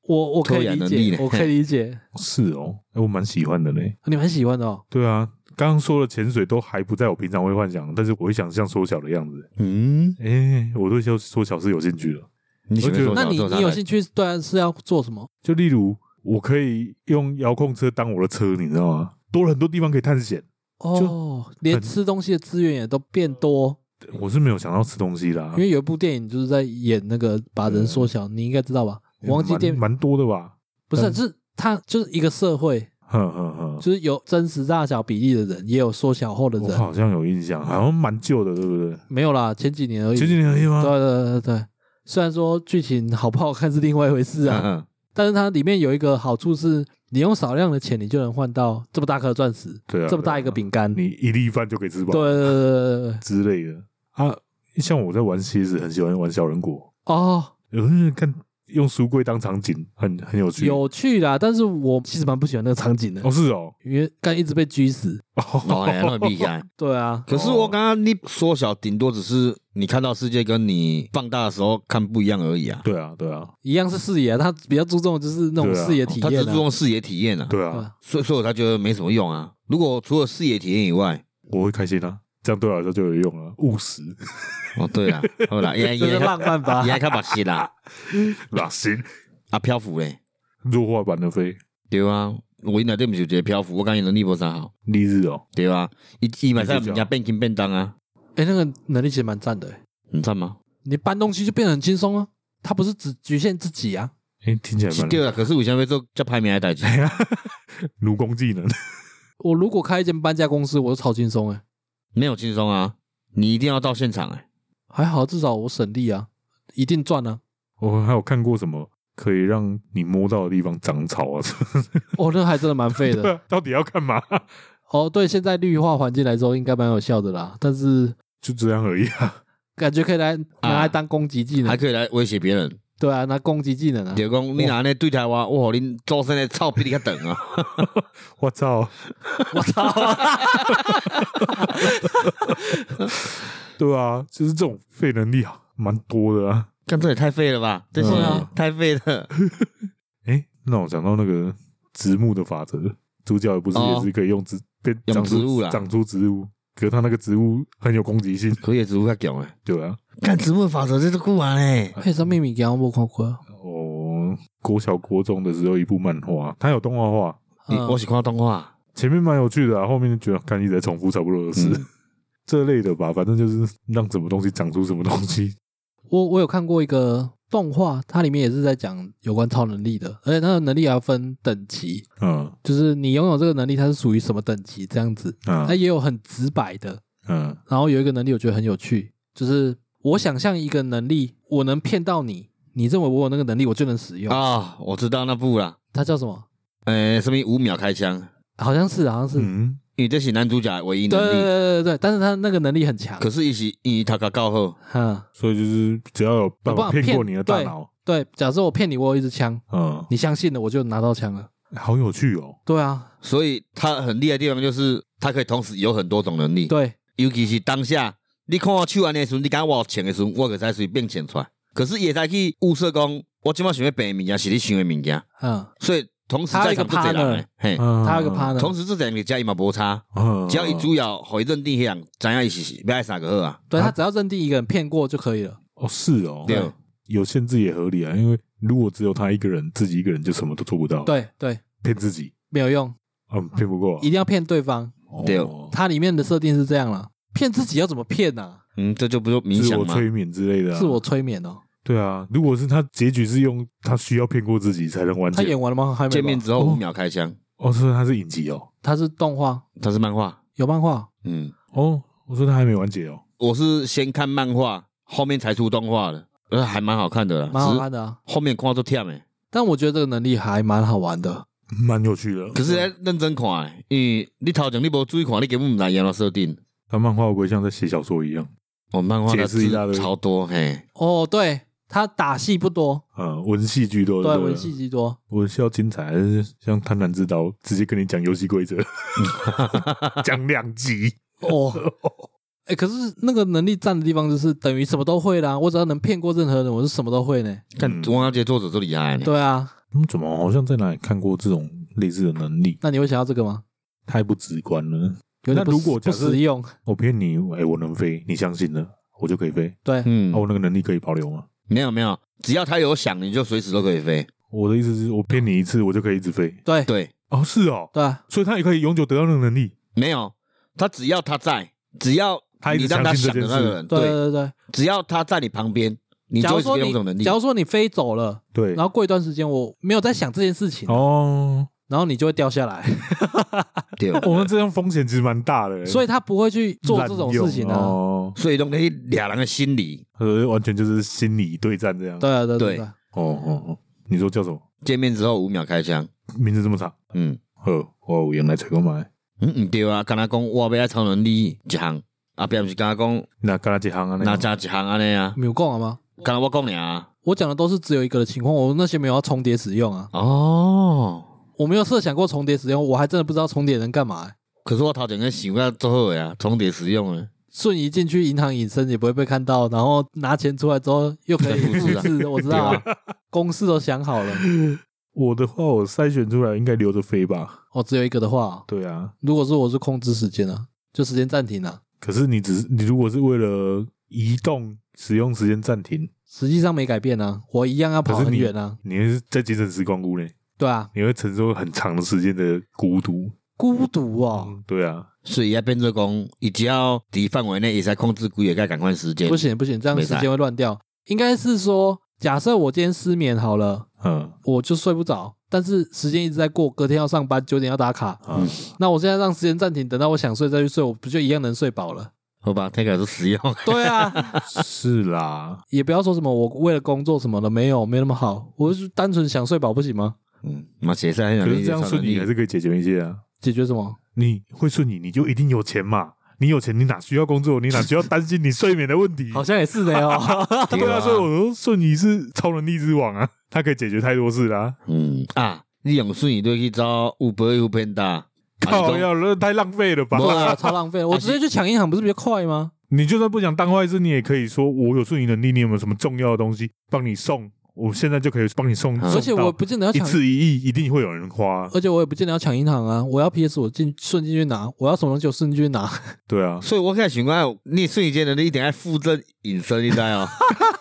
Speaker 1: 我我可以理
Speaker 3: 偷眼能力
Speaker 1: 解，
Speaker 3: 呢
Speaker 1: 我可以理解，
Speaker 2: 是哦，哎，我蛮喜欢的呢。
Speaker 1: 你蛮喜欢的哦。
Speaker 2: 对啊，刚刚说的潜水都还不在我平常会幻想，但是我会想象缩小的样子。
Speaker 3: 嗯，
Speaker 2: 哎、我对缩缩小是有兴趣的。
Speaker 3: 你喜欢缩
Speaker 2: 我
Speaker 3: 小
Speaker 1: 那你
Speaker 3: 做啥
Speaker 1: 你有
Speaker 3: 来
Speaker 1: 兴趣对啊是要做什么？
Speaker 2: 就例如，我可以用遥控车当我的车，你知道吗？多了很多地方可以探险。
Speaker 1: 哦，连吃东西的资源也都变多，
Speaker 2: 我是没有想到吃东西啊啦
Speaker 1: 因，为有一部电影就是在演那个把人缩小，你应该知道吧？我忘记电
Speaker 2: 蛮蛮多的吧？
Speaker 1: 不是，
Speaker 2: 嗯
Speaker 1: 是它就是一个社会，
Speaker 2: 哼哼哼，
Speaker 1: 就是有真实大小比例的人，也有缩小后的
Speaker 2: 我
Speaker 1: 人，
Speaker 2: 好像有印
Speaker 1: 嗯
Speaker 2: 象，好像蛮旧的，对不对？
Speaker 1: 没有啦，前几年而已。
Speaker 2: 前几年而已吗？
Speaker 1: 对对对对，虽然说剧情好不好看是另外一回事啊，
Speaker 3: 嗯
Speaker 1: 但是它里面有一个好处是，你用少量的钱，你就能换到这么大颗的钻石，
Speaker 2: 对啊，
Speaker 1: 这么大一个
Speaker 2: 对啊，
Speaker 1: 饼干。对
Speaker 2: 你一粒饭就可以吃饱，
Speaker 1: 对对对对对，
Speaker 2: 之类的啊。像我在玩蝎子，很喜欢玩小人国，
Speaker 1: 哦，
Speaker 2: 有些人看用书柜当场景，很很有趣。
Speaker 1: 有趣啦。但是我其实蛮不喜欢那个场景的，
Speaker 2: 哦，是哦，
Speaker 1: 因为干一直被狙死。
Speaker 3: 哦，哎那很厉 害。
Speaker 1: 对啊，
Speaker 3: 可是我刚刚你缩小，顶多只是你看到世界跟你放大的时候看不一样而已啊。
Speaker 2: 对啊，对啊，
Speaker 1: 一样是视野啊，它比较注重的就是那种
Speaker 2: 对啊
Speaker 1: 视野
Speaker 3: 哦
Speaker 1: 体
Speaker 3: 他只
Speaker 1: 验
Speaker 3: 是
Speaker 1: 啊、
Speaker 3: 注重视野体验啊，
Speaker 2: 对
Speaker 1: 对
Speaker 2: 啊，
Speaker 1: 啊
Speaker 3: 所以所以我才觉得没什么用啊。如果除了视野体验以外，
Speaker 2: 我会开心啊，这样对我来说就有用了，务实，
Speaker 3: 哦对了，好 啦，也
Speaker 1: 这
Speaker 3: 也
Speaker 1: 是浪啊漫吧
Speaker 3: 也？还看把戏啦，
Speaker 2: 那行，
Speaker 3: 啊漂浮嘞，
Speaker 2: 弱化版的飞
Speaker 3: 对啊，我一来对不起，觉得漂浮，我感觉能力无啥好，
Speaker 2: 利日哦，
Speaker 3: 对啊，一一买上人家变金便当啊，
Speaker 1: 哎、那个能力其实蛮赞的、欸，
Speaker 3: 很赞吗？
Speaker 1: 你搬东西就变得很轻松啊。它不是只局限自己啊，
Speaker 2: 哎，听起来
Speaker 3: 是
Speaker 2: 蛮
Speaker 3: 对啊，可是我现在做叫排名来代志，
Speaker 2: 弩弓技能，
Speaker 1: 我如果开一间搬家公司，我是超轻松哎，
Speaker 3: 没有轻松啊，你一定要到现场哎、
Speaker 1: 还好至少我省力啊，一定赚啊。
Speaker 2: 我还有看过什么可以让你摸到的地方长草啊？
Speaker 1: 哦，那还真的蛮废
Speaker 2: 对
Speaker 1: 的。
Speaker 2: 啊，到底要干嘛？
Speaker 1: 哦，对，现在绿化环境来说应该蛮有效的啦，但是
Speaker 2: 就这样而已啊。
Speaker 1: 感觉可以来拿来当攻击技能，
Speaker 3: 还可以来威胁别人，
Speaker 1: 对啊，拿攻击技能啊。
Speaker 3: 就讲你拿啊那对台湾，我和恁周身的草比你较长啊，
Speaker 2: 我操！
Speaker 1: 我操！
Speaker 2: 对啊，就是这种废能力啊，蛮多的啊。
Speaker 3: 干这也太废了吧，真是
Speaker 1: 对啊
Speaker 3: 太废了。
Speaker 2: 哎，那我想到那个植木的法则，主角不是
Speaker 3: 哦
Speaker 2: 也是可以用植变
Speaker 3: 用
Speaker 2: 长出
Speaker 3: 植物啦
Speaker 2: 长出植物，可是他那个植物很有攻击性，
Speaker 3: 可以植物较强诶，
Speaker 2: 对啊。
Speaker 3: 干植物法则这是酷玩嘞，
Speaker 1: 嘿，什么秘密给我没看过？
Speaker 2: 哦，国小国中的时候一部漫画，它有动画化，
Speaker 3: 你
Speaker 1: 嗯
Speaker 3: 我喜欢动画，
Speaker 2: 前面蛮有趣的啊，后面就觉得看一直在重复差不多的事。
Speaker 3: 嗯
Speaker 2: 这类的吧，反正就是让什么东西长出什么东西。
Speaker 1: 我我有看过一个动画，它里面也是在讲有关超能力的，而且它的能力还要分等级，
Speaker 2: 嗯
Speaker 1: 就是你拥有这个能力，它是属于什么等级这样子。
Speaker 2: 嗯
Speaker 3: 啊哎
Speaker 1: 它也有很直白的，
Speaker 2: 嗯
Speaker 1: 然后有一个能力我觉得很有趣，就是我想象一个能力，我能骗到你，你认为我有那个能力，我就能使用。
Speaker 3: 啊，我知道那部啦，
Speaker 1: 它叫什么？
Speaker 3: 诶，什么五秒开枪，
Speaker 1: 好像是，好像是。
Speaker 2: 嗯，
Speaker 3: 因为这是男主角的唯一
Speaker 1: 对对对
Speaker 3: 能力，
Speaker 1: 对对对，但是他那个能力很强。
Speaker 3: 可是伊是伊他个告后，
Speaker 1: 嗯，
Speaker 2: 所以就是只要有办法骗过你的大脑，
Speaker 1: 对，假设我骗你，我有一支枪，
Speaker 2: 嗯，
Speaker 1: 你相信了，我就拿到枪了。
Speaker 2: 好有趣哦。
Speaker 1: 对啊，
Speaker 3: 所以他很厉害的地方就是他可以同时有很多种能力，
Speaker 1: 对，
Speaker 3: 尤其是当下你看我手安尼的时阵，你敢我有钱的时阵，我可使随便钱出来，可是也使去物色讲，我今麦想要变的物件是你想的物件，
Speaker 1: 嗯，
Speaker 3: 所以同时在场不侪人诶，嘿，
Speaker 2: 嗯
Speaker 1: 哎他有一个哦
Speaker 3: 同
Speaker 1: partner，
Speaker 3: 时这两个加伊嘛无差。
Speaker 2: 嗯
Speaker 3: 只要伊主要互伊认定迄人，知影伊是要爱啥个好啊。
Speaker 1: 对他只要认定一个人骗过就可以了。
Speaker 2: 哦，是哦，
Speaker 3: 对，
Speaker 2: 有限制也合理啊，因为如果只有他一个人，自己一个人就什么都做不到，，
Speaker 1: 对对，
Speaker 2: 骗自己，
Speaker 1: 没有用，
Speaker 2: 嗯，骗不过啊
Speaker 1: 一，定要骗对方。
Speaker 2: 哦
Speaker 3: 对
Speaker 1: 它里面的设定是这样了，骗自己要怎么骗呢、
Speaker 3: 嗯，这就不就冥
Speaker 2: 自
Speaker 3: 想
Speaker 2: 我
Speaker 3: 吗？
Speaker 2: 催眠之类的啊，
Speaker 1: 自我催眠哦。
Speaker 2: 对啊，如果是他结局是用他需要骗过自己才能完
Speaker 1: 他
Speaker 2: 结，
Speaker 1: 演完了吗？还没吧
Speaker 3: 见面之后
Speaker 2: 哦
Speaker 3: 五秒开枪，
Speaker 2: 哦，所以他是影集哦，
Speaker 1: 他是动画，
Speaker 3: 它是漫画。
Speaker 1: 有漫画
Speaker 3: 嗯，
Speaker 2: 哦，我说他还没完结哦，
Speaker 3: 我是先看漫画，后面才出动画的，呃，还蛮好看的啦。
Speaker 1: 蛮好
Speaker 3: 只
Speaker 1: 看的啊。
Speaker 3: 是后面看都忝诶，
Speaker 1: 但我觉得这个能力还蛮好玩的。
Speaker 2: 蛮有趣的。
Speaker 3: 可是要认真看诶，因为你头前你无注意看，你根本毋知影怎设定。
Speaker 2: 他漫画会不会像在写小说一样？
Speaker 3: 哦，漫画
Speaker 2: 解
Speaker 3: 的
Speaker 2: 释一大堆
Speaker 3: 字超多嘿，
Speaker 1: 哦，对，他打戏不多，
Speaker 2: 呃，文戏居多，
Speaker 1: 对，
Speaker 2: 不
Speaker 1: 文戏居多。
Speaker 2: 我需要精彩，还是像《贪婪之刀》直接跟你讲游戏 规则，讲两集。
Speaker 1: 哦，哎、可是那个能力占的地方就是等于什么都会啦。我只要能骗过任何人，我是什么都会呢。
Speaker 3: 看中央节作者最厉害呢。
Speaker 1: 对啊，
Speaker 2: 嗯，怎么好像在哪里看过这种类似的能力？
Speaker 1: 那你会想要这个吗？
Speaker 2: 太不直观了。
Speaker 1: 有点
Speaker 2: 那
Speaker 1: 不
Speaker 2: 如果
Speaker 1: 不
Speaker 2: 假设
Speaker 1: 实用，
Speaker 2: 我骗你，哎、我能飞，你相信了，我就可以飞。
Speaker 1: 对，
Speaker 3: 嗯
Speaker 2: 那、，我那个能力可以保留吗？
Speaker 3: 没有没有，只要他有想，你就随时都可以飞。
Speaker 2: 我的意思是我骗你一次，我就可以一直飞。
Speaker 1: 对，
Speaker 3: 对，
Speaker 2: 哦，是哦，
Speaker 1: 对啊，
Speaker 2: 所以他也可以永久得到那个能力。
Speaker 3: 没有，他只要他在，只要
Speaker 2: 他一直
Speaker 3: 你让他
Speaker 2: 相信这
Speaker 3: 想的
Speaker 2: 件事
Speaker 3: 那个人，
Speaker 1: 对
Speaker 3: 对，
Speaker 1: 对对
Speaker 3: 只要他在你旁边，
Speaker 1: 对。
Speaker 3: 你
Speaker 1: 假
Speaker 3: 就
Speaker 1: 如
Speaker 3: 会
Speaker 1: 说
Speaker 3: 有
Speaker 1: 你
Speaker 3: 这种能力
Speaker 1: 假。如说你飞走了，
Speaker 2: 对，
Speaker 1: 然后过一段时间我没有在想这件事情，
Speaker 2: 哦，
Speaker 1: 然后你就会掉下来，
Speaker 3: 对，
Speaker 2: 我们这样风险其实蛮大的，
Speaker 1: 所
Speaker 2: 呃以
Speaker 1: 以他不会去做这种事情啊。
Speaker 2: 哦，
Speaker 3: 所以用那俩人的心理，
Speaker 2: 呃，完全就是心理对战这样。
Speaker 1: 对啊，对啊对啊
Speaker 3: 对
Speaker 1: 对啊，
Speaker 2: 哦哦哦，你说叫什么？
Speaker 3: 见面之后五秒开枪，
Speaker 2: 名字这么长，
Speaker 3: 嗯
Speaker 2: 呵，我有闲来找我买。
Speaker 3: 嗯，唔对啊，敢若讲我要爱超能力一啊项，后壁毋是敢若
Speaker 2: 那干哪一行啊？
Speaker 3: 讲哪加一项安尼啊，
Speaker 1: 没有讲好吗？
Speaker 3: 敢若我讲尔啊，
Speaker 1: 我讲的都是只有一个的情况，我那些没有要重叠使用啊，
Speaker 3: 哦，
Speaker 1: 我没有设想过重叠使用，我还真的不知道重叠能干嘛、欸。
Speaker 3: 可是我头前个想要做好诶啊，重叠使用诶，
Speaker 1: 瞬移进去银行隐身也不会被看到，然后拿钱出来之后又可以
Speaker 3: 复
Speaker 1: 复
Speaker 3: 制啊
Speaker 1: 制，我知道、啊，公式都想好了。
Speaker 2: 我的话，我筛选出来应该留着飞吧。
Speaker 1: 我、哦只有一个的话，
Speaker 2: 对啊，
Speaker 1: 如果是我是控制时间啊，就时间暂停啊，
Speaker 2: 可是你只是你如果是为了移动使用时间暂停，
Speaker 1: 实际上没改变啊，我一样要跑
Speaker 2: 可是
Speaker 1: 很
Speaker 2: 你
Speaker 1: 远啊，
Speaker 2: 你是在节省时光屋嘞，
Speaker 1: 对啊，
Speaker 2: 你会承受很长的时间的孤独。
Speaker 1: 孤独哦，
Speaker 2: 嗯，对啊，
Speaker 3: 所以要变做讲，伊只要伫范围内，伊才控制几个该赶快时间。
Speaker 1: 不行不行，这样
Speaker 3: 没
Speaker 1: 时
Speaker 3: 在
Speaker 1: 间会乱掉。应该是说，假设我今天失眠好了，
Speaker 2: 嗯
Speaker 1: 我就睡不着，但是时间一直在过，隔天要上班，九点要打卡，
Speaker 2: 啊，
Speaker 1: 那我现在让时间暂停，等到我想睡再去睡，我不就一样能睡饱了？
Speaker 3: 好吧，听起来是实用。
Speaker 1: 对啊，
Speaker 2: 是啦，
Speaker 1: 也不要说什么我为了工作什么的，没有没那么好，我就是单纯想睡饱不行吗？
Speaker 3: 嗯，嘛，写上很
Speaker 2: 可
Speaker 3: 有
Speaker 2: 是这样瞬移还是可以解决一些啊。
Speaker 1: 解决什么？
Speaker 2: 你会瞬移，你就一定有钱嘛？你有钱，你哪需要工作？你哪需要担心你睡眠的问题？
Speaker 1: 好像也是的 哦。
Speaker 2: 对
Speaker 3: 对
Speaker 2: 啊，
Speaker 3: 啊
Speaker 2: 所以我说瞬移是超能力之王啊，它可以解决太多事啦、
Speaker 3: 嗯啊，你用瞬移对去找五百五偏大， 啊
Speaker 2: 靠要那太浪费了吧？
Speaker 3: 没
Speaker 1: 对
Speaker 3: 有
Speaker 1: 啊，超浪费！我直接去抢银行不是比较快吗？
Speaker 2: 你就算不想当坏事，你也可以说我有瞬移能力，你有没有什么重要的东西帮你送？我现在就可以帮你送。
Speaker 3: 嗯
Speaker 2: 送到
Speaker 1: 而且我不见得要
Speaker 2: 一
Speaker 1: 抢，
Speaker 2: 次一亿，一定会有人花。
Speaker 1: 而且我也不见得要抢银行啊！我要 PS 我进顺进去拿，我要什么东西我顺进去拿。
Speaker 2: 对啊，
Speaker 3: 所以我开始想讲，你瞬移间能力一定要附赠隐身，你知哦？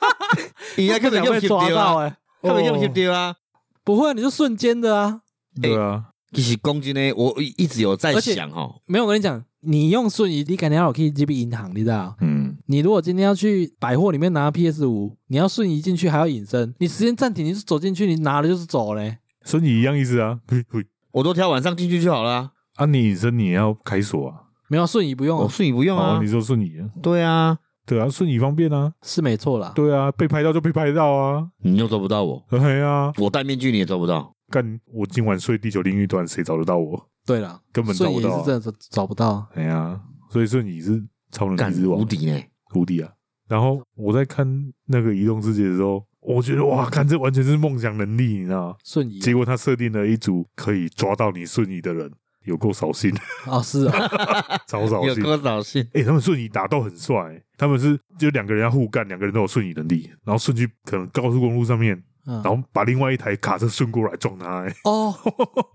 Speaker 3: 伊
Speaker 1: 应
Speaker 3: 该根本 用
Speaker 1: 被抓
Speaker 3: 丢
Speaker 1: 到
Speaker 3: 啊，
Speaker 1: 哎、
Speaker 3: 根本用丢啊。
Speaker 1: 不会啊，你就瞬间的啊。
Speaker 3: 哎
Speaker 2: 对啊，
Speaker 3: 其实讲真呢，我一直有在
Speaker 1: 而且
Speaker 3: 想吼，
Speaker 1: 没有，我跟你讲，你用瞬移，你肯定要可以进银行，你知道？
Speaker 2: 嗯，
Speaker 1: 你如果今天要去百货里面拿 PS 五，你要瞬移进去还要隐身，你时间暂停，你是走进去，你拿了就是走嘞。
Speaker 2: 瞬移一样意思啊。嘿嘿
Speaker 3: 我都挑晚上进去就好了啊，
Speaker 2: 啊，你隐身你也要开锁啊？
Speaker 1: 没有瞬移不用、
Speaker 3: 我
Speaker 1: 啊，
Speaker 3: 瞬移不用
Speaker 2: 哦
Speaker 3: 啊，
Speaker 2: 你。说瞬移啊，
Speaker 3: 对啊，
Speaker 2: 对啊，瞬移方便啊，
Speaker 1: 是没错啦。
Speaker 2: 对啊，被拍到就被拍到啊，
Speaker 3: 你又抓不到我，
Speaker 2: 哎呀，
Speaker 3: 我戴面具你也抓不到。
Speaker 2: 干，我今晚睡地球另一端，谁找得到我？
Speaker 1: 对啦，
Speaker 2: 根本找
Speaker 1: 瞬
Speaker 2: 不
Speaker 1: 移
Speaker 2: 到
Speaker 1: 是
Speaker 2: 啊
Speaker 1: 真的找不到。
Speaker 2: 哎呀，所以瞬移是超能
Speaker 3: 干
Speaker 2: 力之王
Speaker 3: 无，敌呢。
Speaker 2: 无敌啊！然后我在看那个移动世界的时候，我觉得哇，看这完全是梦想能力，你知道吗？
Speaker 1: 瞬移
Speaker 2: 结果他设定了一组可以抓到你瞬移的人，有够扫兴，
Speaker 1: 哦，是 啊，
Speaker 2: 超扫
Speaker 3: 有
Speaker 2: 兴。
Speaker 3: 多少信？
Speaker 2: 哎、他们瞬移打斗很帅、他们是就两个人要互干，两个人都有瞬移能力，然后瞬去可能高速公路上面，
Speaker 1: 嗯
Speaker 2: 然后把另外一台卡车顺过来撞他、欸，
Speaker 1: 哦，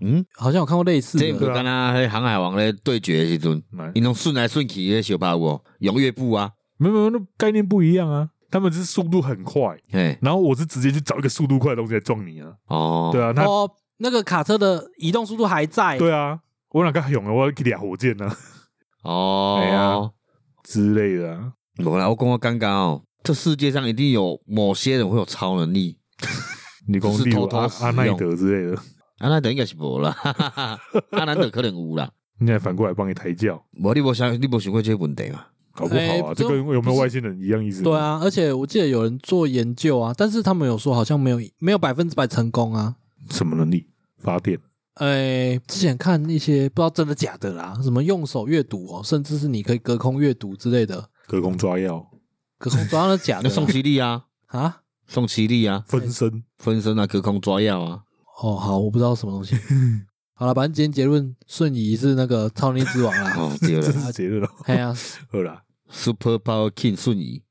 Speaker 3: 嗯，
Speaker 1: 好像有看过类似
Speaker 3: 这
Speaker 1: 的
Speaker 3: 不跟他迄航海王咧对决的时阵，
Speaker 2: 来
Speaker 3: 伊拢顺来顺去咧小霸我用乐步啊，
Speaker 2: 没有没有，那概念不一样啊。他们是速度很快，
Speaker 3: 嘿，
Speaker 2: 然后我是直接去找一个速度快的东西来撞你啊。
Speaker 3: 哦，
Speaker 2: 对
Speaker 3: 啊，
Speaker 2: 啊，那、
Speaker 1: 哦，那个卡车的移动速度还在。
Speaker 2: 对啊，我哪个勇啊，我俩火箭啊哎呀
Speaker 3: 哦，
Speaker 2: 之类的啊。
Speaker 3: 无啦，我讲我尴尬哦，这世界上一定有某些人会有超能力，
Speaker 2: 你讲
Speaker 3: 只是
Speaker 2: 例如
Speaker 3: 偷偷
Speaker 2: 阿
Speaker 3: 使
Speaker 2: 阿奈
Speaker 3: 用
Speaker 2: 德之类的，
Speaker 3: 阿南德啊应该是 无啦，哈哈哈阿南德可能有啦，
Speaker 2: 你还反过来帮你抬轿，
Speaker 3: 无你无想你无想过这个问题嘛？
Speaker 2: 搞不好啊，
Speaker 1: 哎
Speaker 2: 这跟有没
Speaker 1: 不
Speaker 2: 有
Speaker 1: 是
Speaker 2: 外星人一样意思。
Speaker 1: 对，啊，而且我记得有人做研究啊，但是他们有说好像没有没有百分之百成功啊。
Speaker 2: 什么能力？发电
Speaker 1: 哎，之前看一些不知道真的假的啦，什么用手阅读哦，甚至是你可以隔空阅读之类的，
Speaker 2: 隔空抓药、
Speaker 1: 隔空抓到假
Speaker 3: 那
Speaker 1: 的
Speaker 3: 宋其力啊，
Speaker 1: 啊啊？
Speaker 3: 宋其力啊，
Speaker 2: 分身，
Speaker 3: 分身啊，隔空抓药啊，
Speaker 1: 哦，好，我不知道什么 东西。好了，反正今天结论，瞬移是那个超能力之王啦。
Speaker 3: 哦对
Speaker 2: 这
Speaker 3: 了
Speaker 2: 是结论了。
Speaker 1: 哎呀，
Speaker 2: 好啦，
Speaker 3: ，Super Power King 瞬移。